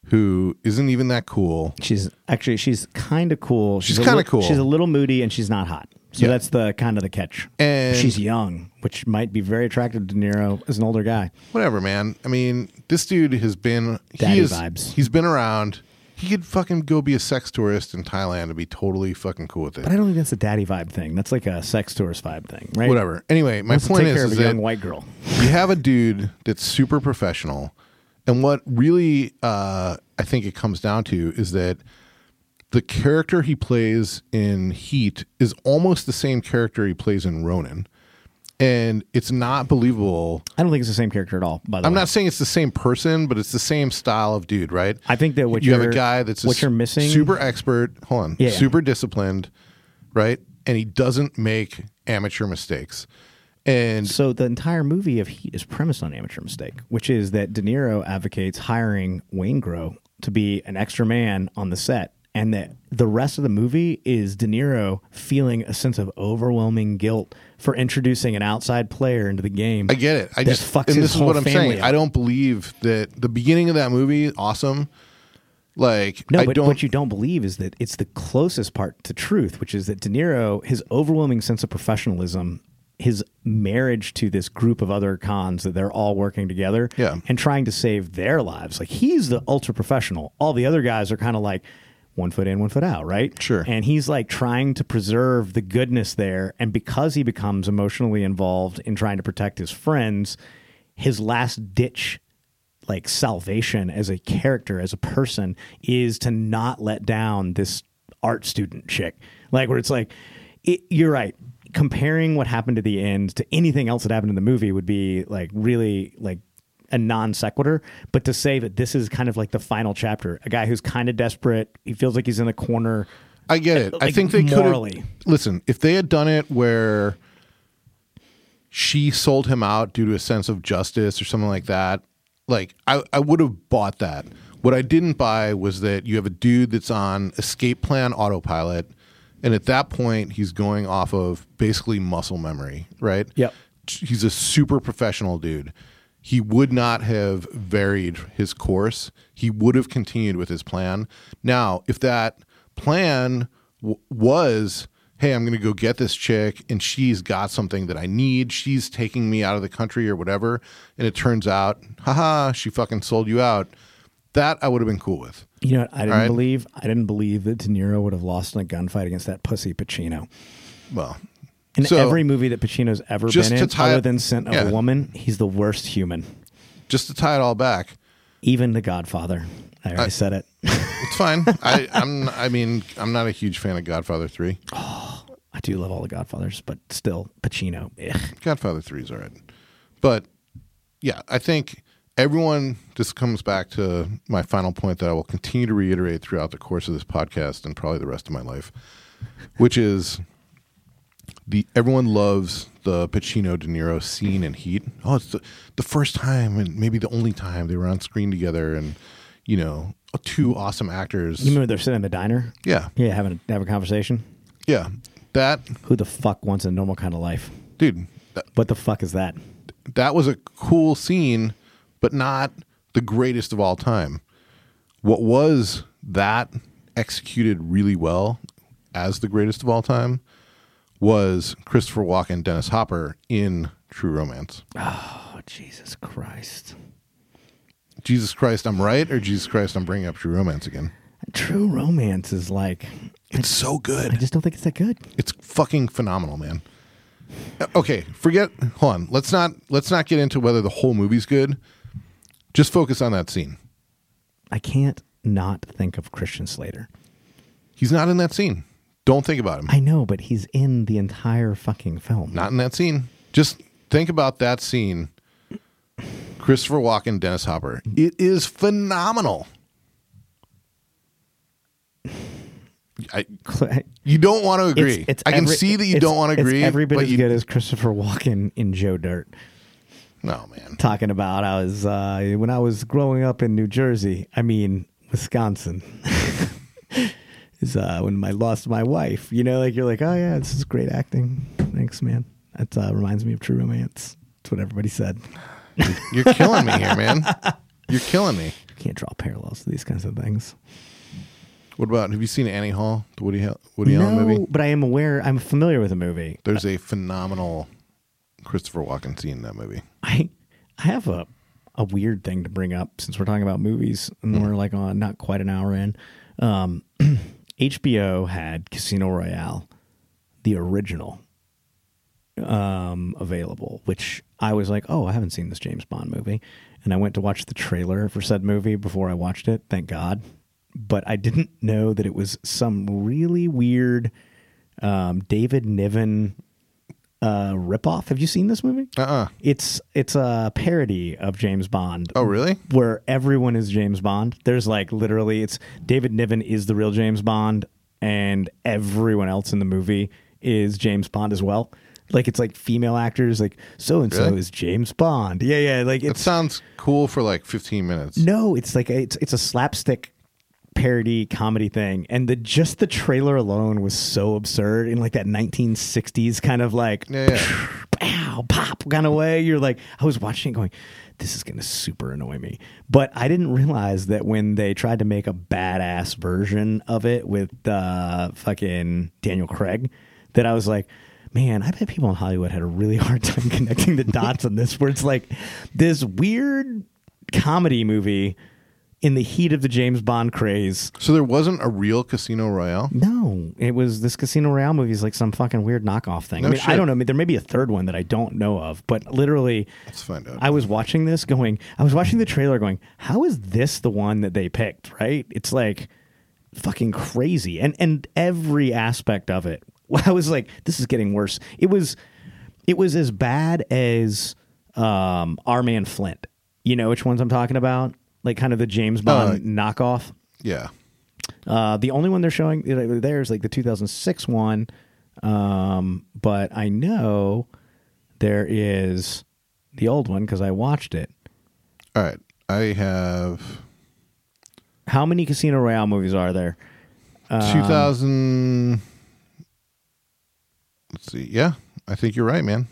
[SPEAKER 2] who isn't even that cool.
[SPEAKER 1] she's actually she's kind of cool.
[SPEAKER 2] She's
[SPEAKER 1] a
[SPEAKER 2] kinda
[SPEAKER 1] lit-
[SPEAKER 2] cool.
[SPEAKER 1] She's a little moody and she's not hot. So
[SPEAKER 2] Yeah.
[SPEAKER 1] that's the kind of the catch.
[SPEAKER 2] And-
[SPEAKER 1] she's young, which might be very attractive to De Niro as an older guy.
[SPEAKER 2] Whatever, man. I mean, this dude has been
[SPEAKER 1] Daddy
[SPEAKER 2] he is,
[SPEAKER 1] vibes.
[SPEAKER 2] He's been around. He could fucking go be a sex tourist in Thailand and be totally fucking cool with it.
[SPEAKER 1] But I don't think that's a daddy vibe thing. That's like a sex tourist vibe thing, right?
[SPEAKER 2] Whatever. Anyway, my
[SPEAKER 1] Wants to
[SPEAKER 2] point
[SPEAKER 1] take
[SPEAKER 2] is,
[SPEAKER 1] care
[SPEAKER 2] is
[SPEAKER 1] of a young
[SPEAKER 2] that
[SPEAKER 1] white girl.
[SPEAKER 2] you have a dude that's super professional, and what really uh, I think it comes down to is that the character he plays in Heat is almost the same character he plays in Ronin, and it's not believable.
[SPEAKER 1] I don't think it's the same character at all. By the
[SPEAKER 2] I'm
[SPEAKER 1] way,
[SPEAKER 2] not saying it's the same person, but it's the same style of dude, right?
[SPEAKER 1] I think that what
[SPEAKER 2] you have a
[SPEAKER 1] you're-
[SPEAKER 2] guy that's a
[SPEAKER 1] what you're missing-
[SPEAKER 2] super expert, hold on,
[SPEAKER 1] Yeah.
[SPEAKER 2] super disciplined, right? And he doesn't make amateur mistakes. And
[SPEAKER 1] So the entire movie of Heat is premised on amateur mistake, which is that De Niro advocates hiring Wayne Grow to be an extra man on the set, and that the rest of the movie is De Niro feeling a sense of overwhelming guilt for introducing an outside player into the game.
[SPEAKER 2] I get it. I
[SPEAKER 1] that
[SPEAKER 2] just
[SPEAKER 1] fucks
[SPEAKER 2] and
[SPEAKER 1] his
[SPEAKER 2] this is
[SPEAKER 1] whole
[SPEAKER 2] what I'm
[SPEAKER 1] family
[SPEAKER 2] saying.
[SPEAKER 1] up.
[SPEAKER 2] I don't believe that the beginning of that movie, awesome. Like
[SPEAKER 1] No,
[SPEAKER 2] I
[SPEAKER 1] but
[SPEAKER 2] don't.
[SPEAKER 1] what you don't believe is that it's the closest part to truth, which is that De Niro, his overwhelming sense of professionalism, his marriage to this group of other cons that they're all working together
[SPEAKER 2] Yeah.
[SPEAKER 1] and trying to save their lives. Like he's the ultra professional. All the other guys are kind of like one foot in, one foot out, right?
[SPEAKER 2] Sure.
[SPEAKER 1] And he's like trying to preserve the goodness there. And because he becomes emotionally involved in trying to protect his friends, his last ditch like salvation as a character, as a person, is to not let down this art student chick. Like where it's like, it, you're right. Comparing what happened to the end to anything else that happened in the movie would be like really like a non sequitur, but to say that this is kind of like the final chapter, a guy who's kind of desperate, he feels like he's in a corner.
[SPEAKER 2] I get it. I
[SPEAKER 1] like,
[SPEAKER 2] think they could
[SPEAKER 1] morally.
[SPEAKER 2] listen if they had done it where she sold him out due to a sense of justice or something like that. Like I, I would have bought that. What I didn't buy was that you have a dude that's on escape plan autopilot, and at that point he's going off of basically muscle memory, right?
[SPEAKER 1] Yep.
[SPEAKER 2] He's a super professional dude. He would not have varied his course. He would have continued with his plan. Now, if that plan w- was, hey, I'm going to go get this chick and she's got something that I need, she's taking me out of the country or whatever, and it turns out, haha, she fucking sold you out, that I would have been cool with.
[SPEAKER 1] You know what? I didn't
[SPEAKER 2] right.
[SPEAKER 1] believe I didn't believe that De Niro would have lost in a gunfight against that pussy Pacino.
[SPEAKER 2] Well,
[SPEAKER 1] In
[SPEAKER 2] so
[SPEAKER 1] every movie that Pacino's ever
[SPEAKER 2] Just
[SPEAKER 1] been
[SPEAKER 2] to
[SPEAKER 1] in,
[SPEAKER 2] tie
[SPEAKER 1] other
[SPEAKER 2] it-
[SPEAKER 1] than Scent of
[SPEAKER 2] yeah.
[SPEAKER 1] a Woman, he's the worst human.
[SPEAKER 2] just to tie it all back,
[SPEAKER 1] Even The Godfather. I already said it.
[SPEAKER 2] it's fine. I, I'm, I mean, I'm not a huge fan of Godfather 3.
[SPEAKER 1] I do love all the Godfathers, but still, Pacino. Ugh.
[SPEAKER 2] Godfather Three is alright, but yeah, I think everyone this comes back to my final point that I will continue to reiterate throughout the course of this podcast and probably the rest of my life, which is the everyone loves the Pacino De Niro scene in Heat. Oh, it's the, the first time and maybe the only time they were on screen together, and you know, two awesome actors.
[SPEAKER 1] You remember they're sitting in the diner?
[SPEAKER 2] yeah,
[SPEAKER 1] Yeah, having a, have a conversation.
[SPEAKER 2] yeah, that
[SPEAKER 1] Who the fuck wants a normal kind of life?
[SPEAKER 2] dude. That,
[SPEAKER 1] What the fuck is that?
[SPEAKER 2] that was a cool scene, but not the greatest of all time. What was that executed really well as the greatest of all time was Christopher Walken, Dennis Hopper in True Romance.
[SPEAKER 1] Oh Jesus Christ!
[SPEAKER 2] Jesus Christ, I'm right, or Jesus Christ, I'm bringing up True Romance again.
[SPEAKER 1] True romance is like
[SPEAKER 2] It's so
[SPEAKER 1] I
[SPEAKER 2] good.
[SPEAKER 1] just don't think it's that good.
[SPEAKER 2] It's fucking phenomenal, man. Uh, Okay, forget. Hold on. Let's not let's not get into whether the whole movie's good. Just focus on that scene.
[SPEAKER 1] I can't not think of Christian Slater.
[SPEAKER 2] He's not in that scene. Don't think about him.
[SPEAKER 1] I know, but he's in the entire fucking film.
[SPEAKER 2] Not in that scene. Just think about that scene. Christopher Walken, Dennis Hopper. It is phenomenal. I,
[SPEAKER 1] Cl- I-
[SPEAKER 2] you don't want to agree. I can
[SPEAKER 1] every-
[SPEAKER 2] see that you
[SPEAKER 1] it's-
[SPEAKER 2] don't want to
[SPEAKER 1] it's
[SPEAKER 2] agree.
[SPEAKER 1] every bit
[SPEAKER 2] but
[SPEAKER 1] as
[SPEAKER 2] you,
[SPEAKER 1] good as Christopher Walken in Joe Dirt
[SPEAKER 2] No, man.
[SPEAKER 1] talking about I was uh, when I was growing up in New Jersey. I mean Wisconsin. Is uh, when I lost my wife. You know, like you're like, oh yeah, this is great acting. Thanks, man. That uh, reminds me of True Romance. That's what everybody said.
[SPEAKER 2] You're killing me here, man. You're killing me.
[SPEAKER 1] You can't draw parallels to these kinds of things.
[SPEAKER 2] What about have you seen Annie Hall, the Woody Hall, Woody Allen movie?
[SPEAKER 1] but I am aware. I'm familiar with the movie.
[SPEAKER 2] There's a phenomenal Christopher Walken scene in that movie.
[SPEAKER 1] I I have a a weird thing to bring up since we're talking about movies and we're like on not quite an hour in. Um, HBO had Casino Royale, the original, um, available, which I was like, oh, I haven't seen this James Bond movie, and I went to watch the trailer for said movie before I watched it. Thank God, but I didn't know that it was some really weird um, David Niven uh, ripoff. Have you seen this movie?
[SPEAKER 2] Uh uh
[SPEAKER 1] It's it's a parody of James Bond.
[SPEAKER 2] Oh really?
[SPEAKER 1] Where everyone is James Bond. There's like literally it's David Niven is the real James Bond and everyone else in the movie is James Bond as well. Like it's like female actors like so and so
[SPEAKER 2] Really?
[SPEAKER 1] is James Bond. Yeah, yeah, like
[SPEAKER 2] It
[SPEAKER 1] it's
[SPEAKER 2] sounds cool for like 15 minutes.
[SPEAKER 1] no, it's like a, it's it's a slapstick parody comedy thing and the just the trailer alone was so absurd in like that 1960s kind of like
[SPEAKER 2] Yeah, yeah.
[SPEAKER 1] pow, pop kind of way. You're like, I was watching it going, this is going to super annoy me. But I didn't realize that when they tried to make a badass version of it with uh, fucking Daniel Craig, that I was like, man, I bet people in Hollywood had a really hard time connecting the dots on this, where it's like this weird comedy movie in the heat of the James Bond craze.
[SPEAKER 2] So there wasn't a real Casino Royale.
[SPEAKER 1] No, it was this Casino Royale movie is like some fucking weird knockoff thing.
[SPEAKER 2] No
[SPEAKER 1] I mean, I
[SPEAKER 2] shit.
[SPEAKER 1] don't know. I mean, there may be a third one that I don't know of, but literally,
[SPEAKER 2] Let's find out.
[SPEAKER 1] I was watching this going, I was watching the trailer going, how is this the one that they picked? Right? It's like fucking crazy. And and every aspect of it. I was like, this is getting worse. It was it was as bad as um Our Man Flint. You know which ones I'm talking about? Like kind of the James Bond
[SPEAKER 2] Uh,
[SPEAKER 1] knockoff.
[SPEAKER 2] yeah.
[SPEAKER 1] Uh, the only one they're showing you know, there is like the 2006 one, um, but I know there is the old one because I watched it.
[SPEAKER 2] All right. I have
[SPEAKER 1] How many Casino Royale movies are there? Um,
[SPEAKER 2] 2000. Let's see. Yeah. I think you're right, man.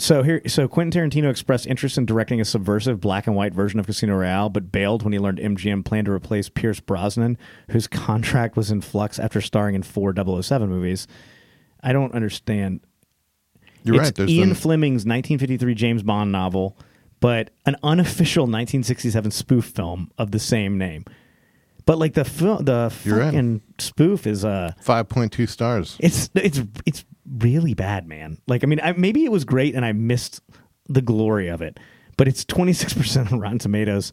[SPEAKER 1] So here, so Quentin Tarantino expressed interest in directing a subversive black and white version of Casino Royale, but bailed when he learned MGM planned to replace Pierce Brosnan, whose contract was in flux after starring in four 007 movies. I don't understand.
[SPEAKER 2] You're
[SPEAKER 1] it's
[SPEAKER 2] right. There's
[SPEAKER 1] Ian
[SPEAKER 2] the-
[SPEAKER 1] Fleming's 1953 James Bond novel, but an unofficial 1967 spoof film of the same name. But like the film, the
[SPEAKER 2] You're right.
[SPEAKER 1] fucking spoof is uh
[SPEAKER 2] 5.2 stars.
[SPEAKER 1] it's it's it's really bad, man. Like I mean, I, maybe it was great and I missed the glory of it, but it's 26% on Rotten Tomatoes.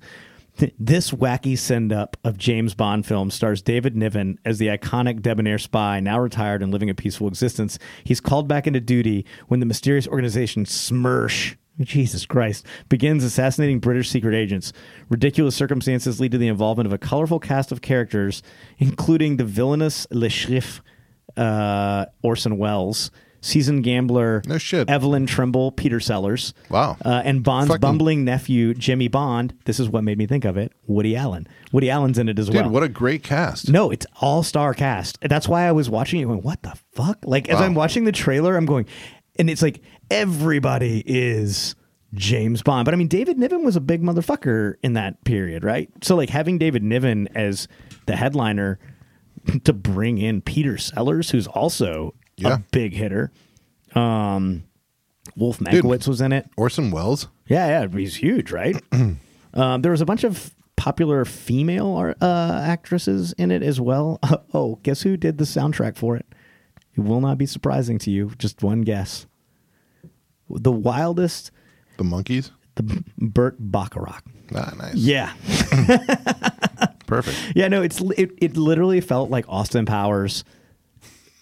[SPEAKER 1] Th- This wacky send up of James Bond film stars David Niven as the iconic debonair spy, now retired and living a peaceful existence. He's called back into duty when the mysterious organization Smirsh Jesus Christ, begins assassinating British secret agents. Ridiculous circumstances lead to the involvement of a colorful cast of characters, including the villainous Le Chiffre, uh, Orson Welles, seasoned gambler
[SPEAKER 2] No shit.
[SPEAKER 1] Evelyn Trimble, Peter Sellers,
[SPEAKER 2] Wow.
[SPEAKER 1] uh, and Bond's
[SPEAKER 2] Fucking-
[SPEAKER 1] bumbling nephew, Jimmy Bond. This is what made me think of it Woody Allen. Woody Allen's in it as
[SPEAKER 2] Dude,
[SPEAKER 1] well.
[SPEAKER 2] what a great cast.
[SPEAKER 1] No, it's all star cast. That's why I was watching it and went, what the fuck? Like, as
[SPEAKER 2] Wow.
[SPEAKER 1] I'm watching the trailer, I'm going, and it's like, everybody is James Bond. But I mean, David Niven was a big motherfucker in that period, right? So, like, having David Niven as the headliner to bring in Peter Sellers, who's also
[SPEAKER 2] Yeah.
[SPEAKER 1] a big hitter. Um, Wolf
[SPEAKER 2] Dude.
[SPEAKER 1] Mankiewicz was in it.
[SPEAKER 2] Orson Welles?
[SPEAKER 1] Yeah, yeah, he's huge, right? um, there was a bunch of popular female ar- uh, actresses in it as well. oh, guess who did the soundtrack for it? It will not be surprising to you. Just one guess. The wildest,
[SPEAKER 2] The Monkeys?
[SPEAKER 1] the Burt Bacharach.
[SPEAKER 2] Ah, nice.
[SPEAKER 1] Yeah,
[SPEAKER 2] Perfect.
[SPEAKER 1] yeah. No, it's li- it, it literally felt like Austin Powers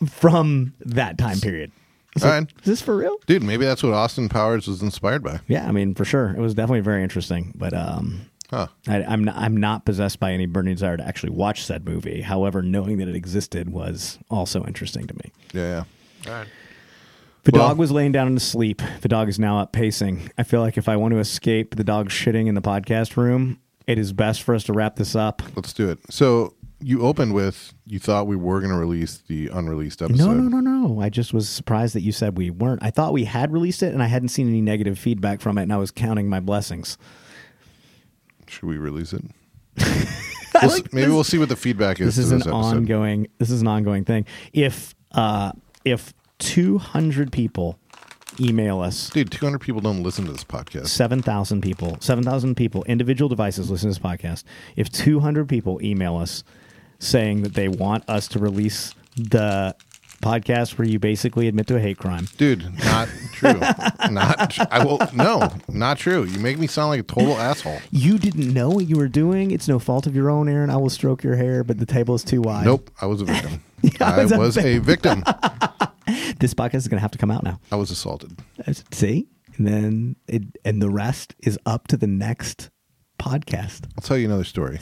[SPEAKER 1] from that time period. It's
[SPEAKER 2] All
[SPEAKER 1] like,
[SPEAKER 2] right.
[SPEAKER 1] Is this for real?
[SPEAKER 2] Dude, maybe that's what Austin Powers was inspired by.
[SPEAKER 1] Yeah, I mean, for sure, it was definitely very interesting. But um,
[SPEAKER 2] Huh.
[SPEAKER 1] I, I'm not, I'm not possessed by any burning desire to actually watch said movie. However, knowing that it existed was also interesting to me.
[SPEAKER 2] Yeah, yeah.
[SPEAKER 1] The
[SPEAKER 2] Well-
[SPEAKER 1] dog was laying down in sleep. The dog is now up pacing. I feel like if I want to escape the dog shitting in the podcast room, it is best for us to wrap this up.
[SPEAKER 2] Let's do it. So you opened with you thought we were going to release the unreleased episode.
[SPEAKER 1] No, no, no, no. I just was surprised that you said we weren't. I thought we had released it, and I hadn't seen any negative feedback from it, and I was counting my blessings.
[SPEAKER 2] Should we release it? We'll s- maybe we'll see what the feedback is.
[SPEAKER 1] this is
[SPEAKER 2] to
[SPEAKER 1] an
[SPEAKER 2] this episode.
[SPEAKER 1] ongoing this is an ongoing thing if uh if 200 people email us
[SPEAKER 2] Dude, 200 people don't listen to this podcast.
[SPEAKER 1] 7000 people 7000 people individual devices listen to this podcast if 200 people email us saying that they want us to release the podcast where you basically admit to a hate crime
[SPEAKER 2] Dude, not true. not tr- I will no, not true. You make me sound like a total asshole.
[SPEAKER 1] you didn't know what you were doing it's no fault of your own aaron i will stroke your hair but the table is too wide
[SPEAKER 2] Nope, I was a victim. I
[SPEAKER 1] was a
[SPEAKER 2] was a victim.
[SPEAKER 1] this podcast is gonna have to come out now
[SPEAKER 2] I was assaulted.
[SPEAKER 1] See, and then it, and the rest is up to the next podcast.
[SPEAKER 2] I'll tell you another story.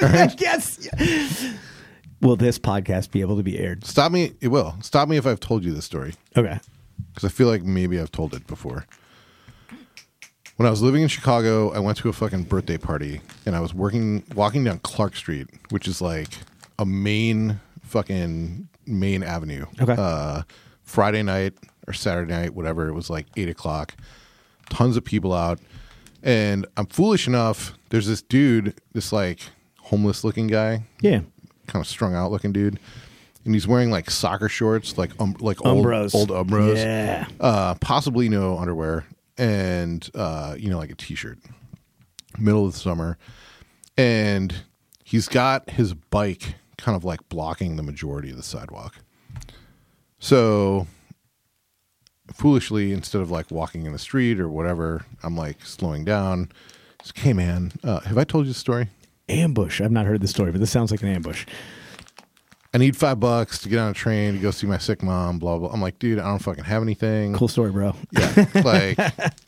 [SPEAKER 1] Yes. Will this podcast be able to be aired?
[SPEAKER 2] Stop me. It will. Stop me if I've told you this story
[SPEAKER 1] Okay.
[SPEAKER 2] because I feel like maybe I've told it before. When I was living in Chicago, I went to a fucking birthday party and I was working walking down Clark Street, which is like a main fucking main avenue.
[SPEAKER 1] Okay.
[SPEAKER 2] Uh, Friday night or Saturday night, whatever. It was like eight o'clock. Tons of people out, and I'm foolish enough. There's this dude, this like homeless looking guy
[SPEAKER 1] Yeah.
[SPEAKER 2] kind of strung out looking dude, and he's wearing like soccer shorts, like um, like
[SPEAKER 1] Umbros.
[SPEAKER 2] old old Umbros,
[SPEAKER 1] Yeah.
[SPEAKER 2] uh, possibly no underwear, and uh, you know like a t-shirt. Middle of the summer, and he's got his bike kind of like blocking the majority of the sidewalk. So foolishly, instead of like walking in the street or whatever, I'm like slowing down. It's like, hey man, uh, have I told you the story?
[SPEAKER 1] Ambush. I've not heard the story, but this sounds like an ambush.
[SPEAKER 2] I need five bucks to get on a train to go see my sick mom, blah, blah. I'm like, dude, I don't fucking have anything.
[SPEAKER 1] Cool story, bro.
[SPEAKER 2] Yeah. like,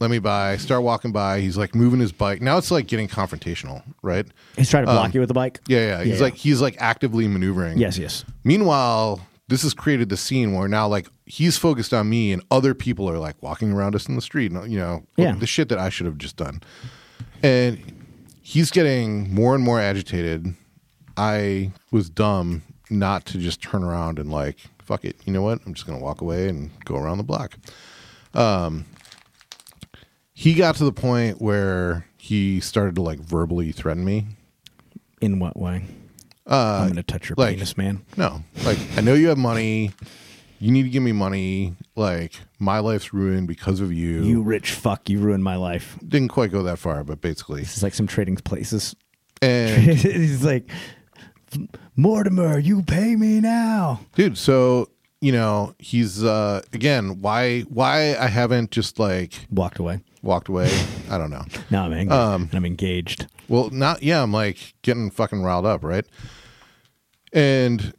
[SPEAKER 2] let me buy. Start walking by. He's like moving his bike. Now it's like getting confrontational, right?
[SPEAKER 1] He's trying to block you with the bike.
[SPEAKER 2] Yeah, yeah. He's
[SPEAKER 1] Yeah.
[SPEAKER 2] like, he's like actively maneuvering.
[SPEAKER 1] Yes, yes.
[SPEAKER 2] Meanwhile, this has created the scene where now, like, he's focused on me and other people are like walking around us in the street, and, you know,
[SPEAKER 1] Yeah.
[SPEAKER 2] the shit that I should have just done. And he's getting more and more agitated. I was dumb not to just turn around and, like, fuck it, you know what? I'm just going to walk away and go around the block. Um, he got to the point where he started to like verbally threaten me
[SPEAKER 1] In what way? Uh, I'm going to touch your
[SPEAKER 2] like-
[SPEAKER 1] penis, man.
[SPEAKER 2] No. Like, I know you have money. You need to give me money. Like, my life's ruined because of you.
[SPEAKER 1] You rich fuck. You ruined my life.
[SPEAKER 2] didn't quite go that far, but basically.
[SPEAKER 1] This is like some trading places.
[SPEAKER 2] And
[SPEAKER 1] He's like, Mortimer, you pay me now.
[SPEAKER 2] dude, so, you know, he's uh again, why why I haven't just like
[SPEAKER 1] Walked away.
[SPEAKER 2] walked away, I don't know.
[SPEAKER 1] No, I'm angry.
[SPEAKER 2] Um,
[SPEAKER 1] and I'm engaged.
[SPEAKER 2] Well, not yeah, I'm like getting fucking riled up, right? And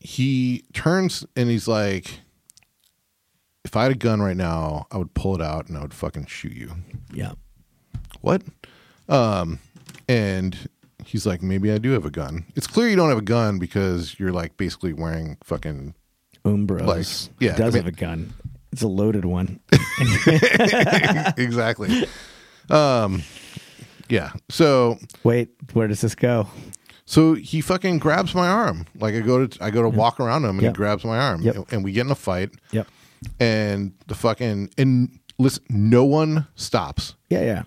[SPEAKER 2] he turns and he's like if I had a gun right now, I would pull it out and I would fucking shoot you.
[SPEAKER 1] Yeah.
[SPEAKER 2] What? Um, and he's like, maybe I do have a gun. It's clear you don't have a gun because you're like basically wearing fucking
[SPEAKER 1] Umbros.
[SPEAKER 2] Like, yeah,
[SPEAKER 1] Does
[SPEAKER 2] I mean-
[SPEAKER 1] have a gun. It's a loaded one.
[SPEAKER 2] exactly. Um, yeah. So
[SPEAKER 1] Wait, where does this go?
[SPEAKER 2] So he fucking grabs my arm. Like I go to I go to walk around him and
[SPEAKER 1] Yep.
[SPEAKER 2] he grabs my arm
[SPEAKER 1] Yep.
[SPEAKER 2] and, and we get in a fight
[SPEAKER 1] Yep.
[SPEAKER 2] and the fucking and listen no one stops.
[SPEAKER 1] Yeah, yeah.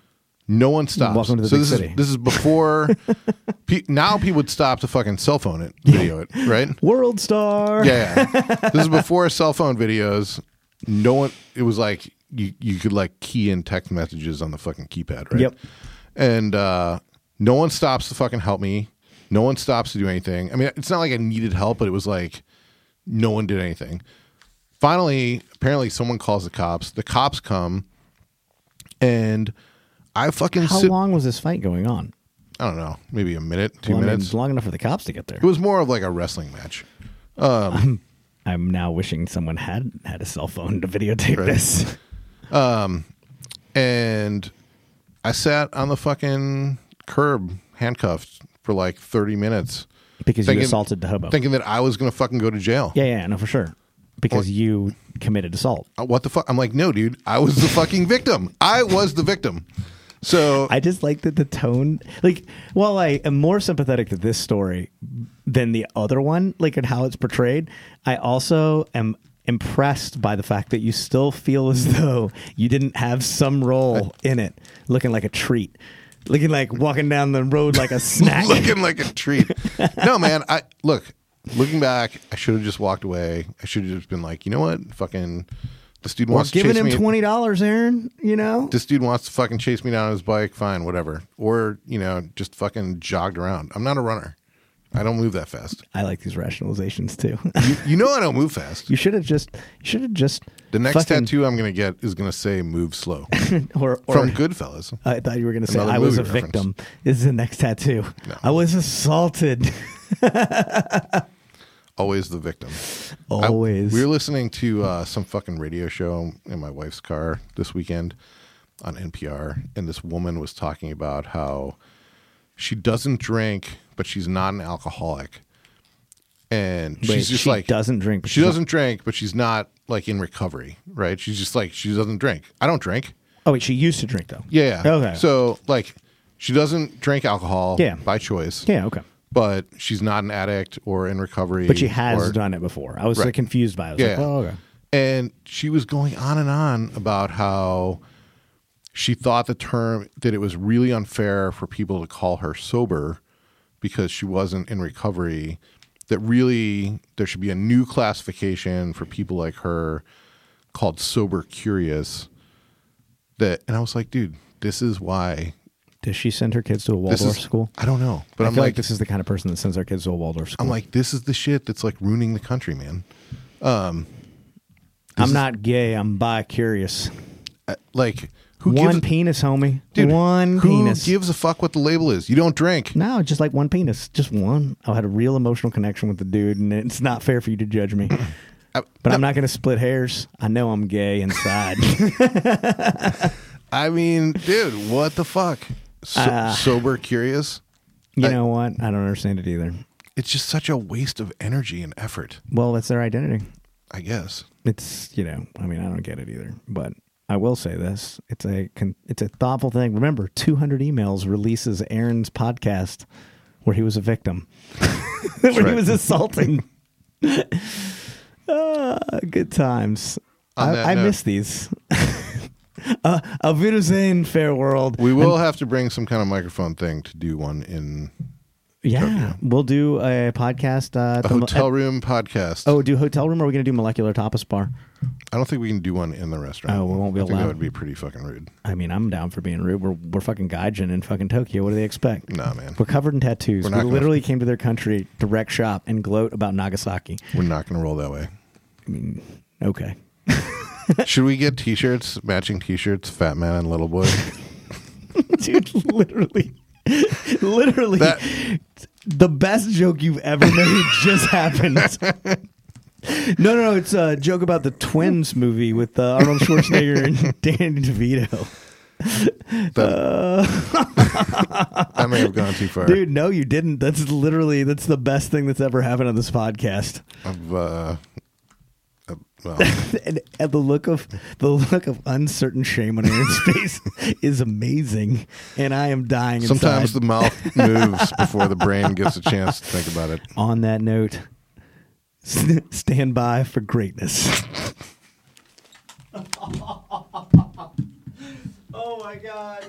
[SPEAKER 2] No one stops.
[SPEAKER 1] Welcome to the
[SPEAKER 2] so
[SPEAKER 1] big
[SPEAKER 2] this
[SPEAKER 1] city.
[SPEAKER 2] is this is before pe- now people would stop to fucking cell phone it, video it, right?
[SPEAKER 1] World Star.
[SPEAKER 2] Yeah. yeah. this is before cell phone videos. No one it was like you you could like key in text messages on the fucking keypad, right?
[SPEAKER 1] Yep.
[SPEAKER 2] And uh no one stops to fucking help me. No one stops to do anything. I mean, it's not like I needed help, but it was like no one did anything. Finally, apparently someone calls the cops. The cops come and I fucking
[SPEAKER 1] How
[SPEAKER 2] sit
[SPEAKER 1] long was this fight going on?
[SPEAKER 2] I don't know, maybe a minute, two
[SPEAKER 1] Well, I mean,
[SPEAKER 2] minutes.
[SPEAKER 1] long enough for the cops to get there.
[SPEAKER 2] it was more of like a wrestling match.
[SPEAKER 1] I'm now wishing someone had had a cell phone to videotape
[SPEAKER 2] Right.
[SPEAKER 1] this.
[SPEAKER 2] Um, and I sat on the fucking curb handcuffed for like 30 minutes
[SPEAKER 1] Because you
[SPEAKER 2] Thinking-
[SPEAKER 1] assaulted the hobo.
[SPEAKER 2] thinking that I was going to fucking go to jail.
[SPEAKER 1] Oh. yeah, yeah, no, for sure. Because you committed assault.
[SPEAKER 2] Uh, What the fuck? I'm like, no, dude, I was the fucking victim. I was the victim. So
[SPEAKER 1] I just like that the tone, like, while I am more sympathetic to this story than the other one, like, and how it's portrayed, I also am impressed by the fact that you still feel as though you didn't have some role in it, looking like a treat, looking like walking down the road like a snack.
[SPEAKER 2] looking like a treat. No, man, I look, looking back, I should have just walked away. I should have just been like, you know what? Fucking this dude
[SPEAKER 1] We're
[SPEAKER 2] wants to
[SPEAKER 1] giving
[SPEAKER 2] chase
[SPEAKER 1] him
[SPEAKER 2] me.
[SPEAKER 1] twenty dollars, Aaron. You know,
[SPEAKER 2] this dude wants to fucking chase me down on his bike, fine, whatever. Or, you know, just fucking jogged around. I'm not a runner. I don't move that fast.
[SPEAKER 1] I like these rationalizations too.
[SPEAKER 2] You, you know I don't move fast.
[SPEAKER 1] you should have just, you should have just
[SPEAKER 2] The next
[SPEAKER 1] fucking-
[SPEAKER 2] tattoo I'm going to get is going to say "Move Slow"
[SPEAKER 1] or, or
[SPEAKER 2] from Goodfellas.
[SPEAKER 1] I thought you were going to say
[SPEAKER 2] Another
[SPEAKER 1] I was a
[SPEAKER 2] movie reference.
[SPEAKER 1] victim. This is the next tattoo. I was assaulted.
[SPEAKER 2] Always the victim. I-
[SPEAKER 1] Always.
[SPEAKER 2] we were listening to uh, some fucking radio show in my wife's car this weekend on NPR, and this woman was talking about how she doesn't drink, but she's not an alcoholic, and
[SPEAKER 1] Wait,
[SPEAKER 2] she's just
[SPEAKER 1] she
[SPEAKER 2] like
[SPEAKER 1] doesn't drink. but
[SPEAKER 2] She
[SPEAKER 1] she's
[SPEAKER 2] doesn't drink, but she's not like in recovery, right? She's just like she doesn't drink. I don't drink.
[SPEAKER 1] not- oh wait, she used to drink though.
[SPEAKER 2] Yeah. yeah.
[SPEAKER 1] Okay.
[SPEAKER 2] So like, she doesn't drink alcohol.
[SPEAKER 1] Yeah.
[SPEAKER 2] By choice.
[SPEAKER 1] yeah. Okay.
[SPEAKER 2] But she's not an addict or in recovery.
[SPEAKER 1] But she has
[SPEAKER 2] or-
[SPEAKER 1] done it before. I was
[SPEAKER 2] Right.
[SPEAKER 1] like, confused by. it. I was
[SPEAKER 2] Yeah.
[SPEAKER 1] like, oh, okay.
[SPEAKER 2] And she was going on and on about how she thought the term that it was really unfair for people to call her sober because she wasn't in recovery. That really there should be a new classification for people like her called sober curious. That and I was like, dude, this is why
[SPEAKER 1] Does she send her kids to a
[SPEAKER 2] this
[SPEAKER 1] Waldorf
[SPEAKER 2] is
[SPEAKER 1] school?
[SPEAKER 2] I don't know, but
[SPEAKER 1] I
[SPEAKER 2] I
[SPEAKER 1] feel
[SPEAKER 2] am
[SPEAKER 1] like,
[SPEAKER 2] like,
[SPEAKER 1] this is the kind of person that sends their kids to a Waldorf school.
[SPEAKER 2] I'm like, this is the shit that's like ruining the country, man.
[SPEAKER 1] I'm not gay. I'm bi curious.
[SPEAKER 2] Uh, Like, who gives
[SPEAKER 1] One
[SPEAKER 2] a-
[SPEAKER 1] penis, homie.
[SPEAKER 2] Dude,
[SPEAKER 1] one
[SPEAKER 2] who
[SPEAKER 1] penis.
[SPEAKER 2] gives a fuck what the label is? You don't drink.
[SPEAKER 1] No, just like one penis, just one. I had a real emotional connection with the dude, and it's not fair for you to judge me. But I'm not going to split hairs. I know I'm gay inside.
[SPEAKER 2] I mean, dude, what the fuck? So,
[SPEAKER 1] Uh.
[SPEAKER 2] sober curious.
[SPEAKER 1] you
[SPEAKER 2] I-
[SPEAKER 1] know what? I don't understand it either.
[SPEAKER 2] It's just such a waste of energy and effort.
[SPEAKER 1] Well, that's their identity.
[SPEAKER 2] I guess.
[SPEAKER 1] It's you know, I mean, I don't get it either. But I will say this: it's a con- it's a thoughtful thing. Remember, 200 emails releases Aaron's podcast where he was a victim, where he
[SPEAKER 2] right.
[SPEAKER 1] was assaulting. Ah, good times.
[SPEAKER 2] On
[SPEAKER 1] I,
[SPEAKER 2] that
[SPEAKER 1] I
[SPEAKER 2] note-
[SPEAKER 1] miss these. uh, auf Wiedersehen, fair world.
[SPEAKER 2] We will have to bring some kind of microphone thing to do one in
[SPEAKER 1] yeah, we'll do a podcast. Uh, at
[SPEAKER 2] a
[SPEAKER 1] the mo-
[SPEAKER 2] hotel
[SPEAKER 1] at-
[SPEAKER 2] room podcast.
[SPEAKER 1] oh, do hotel room? Or are we going to do molecular tapas bar?
[SPEAKER 2] I don't think we can do one in the restaurant.
[SPEAKER 1] Oh, we won't be
[SPEAKER 2] I think
[SPEAKER 1] allowed.
[SPEAKER 2] That would be pretty fucking rude.
[SPEAKER 1] I mean, I'm down for being rude. We're we're fucking gaijin in fucking Tokyo. What do they expect?
[SPEAKER 2] Nah, man.
[SPEAKER 1] We're covered in tattoos.
[SPEAKER 2] Mm. We're
[SPEAKER 1] We
[SPEAKER 2] not gonna-
[SPEAKER 1] literally came to their country to wreck shop and gloat about Nagasaki.
[SPEAKER 2] We're not going to roll that way.
[SPEAKER 1] Okay.
[SPEAKER 2] Should we get t-shirts, matching t-shirts, fat man and little boy?
[SPEAKER 1] Dude, literally. Literally.
[SPEAKER 2] That-
[SPEAKER 1] the best joke you've ever made just happened. No, no, no. It's a joke about the Twins movie with uh, Arnold Schwarzenegger and Danny DeVito. Uh,
[SPEAKER 2] That, I may have gone too far.
[SPEAKER 1] Dude, no, you didn't. That's literally that's the best thing that's ever happened on this podcast.
[SPEAKER 2] I've, uh, uh, well,
[SPEAKER 1] And, and the look of the look of uncertain shame on Aaron's face is amazing, and I am dying. Inside.
[SPEAKER 2] sometimes the mouth moves before the brain gets a chance to think about it.
[SPEAKER 1] on that note, s- stand by for greatness. oh my god.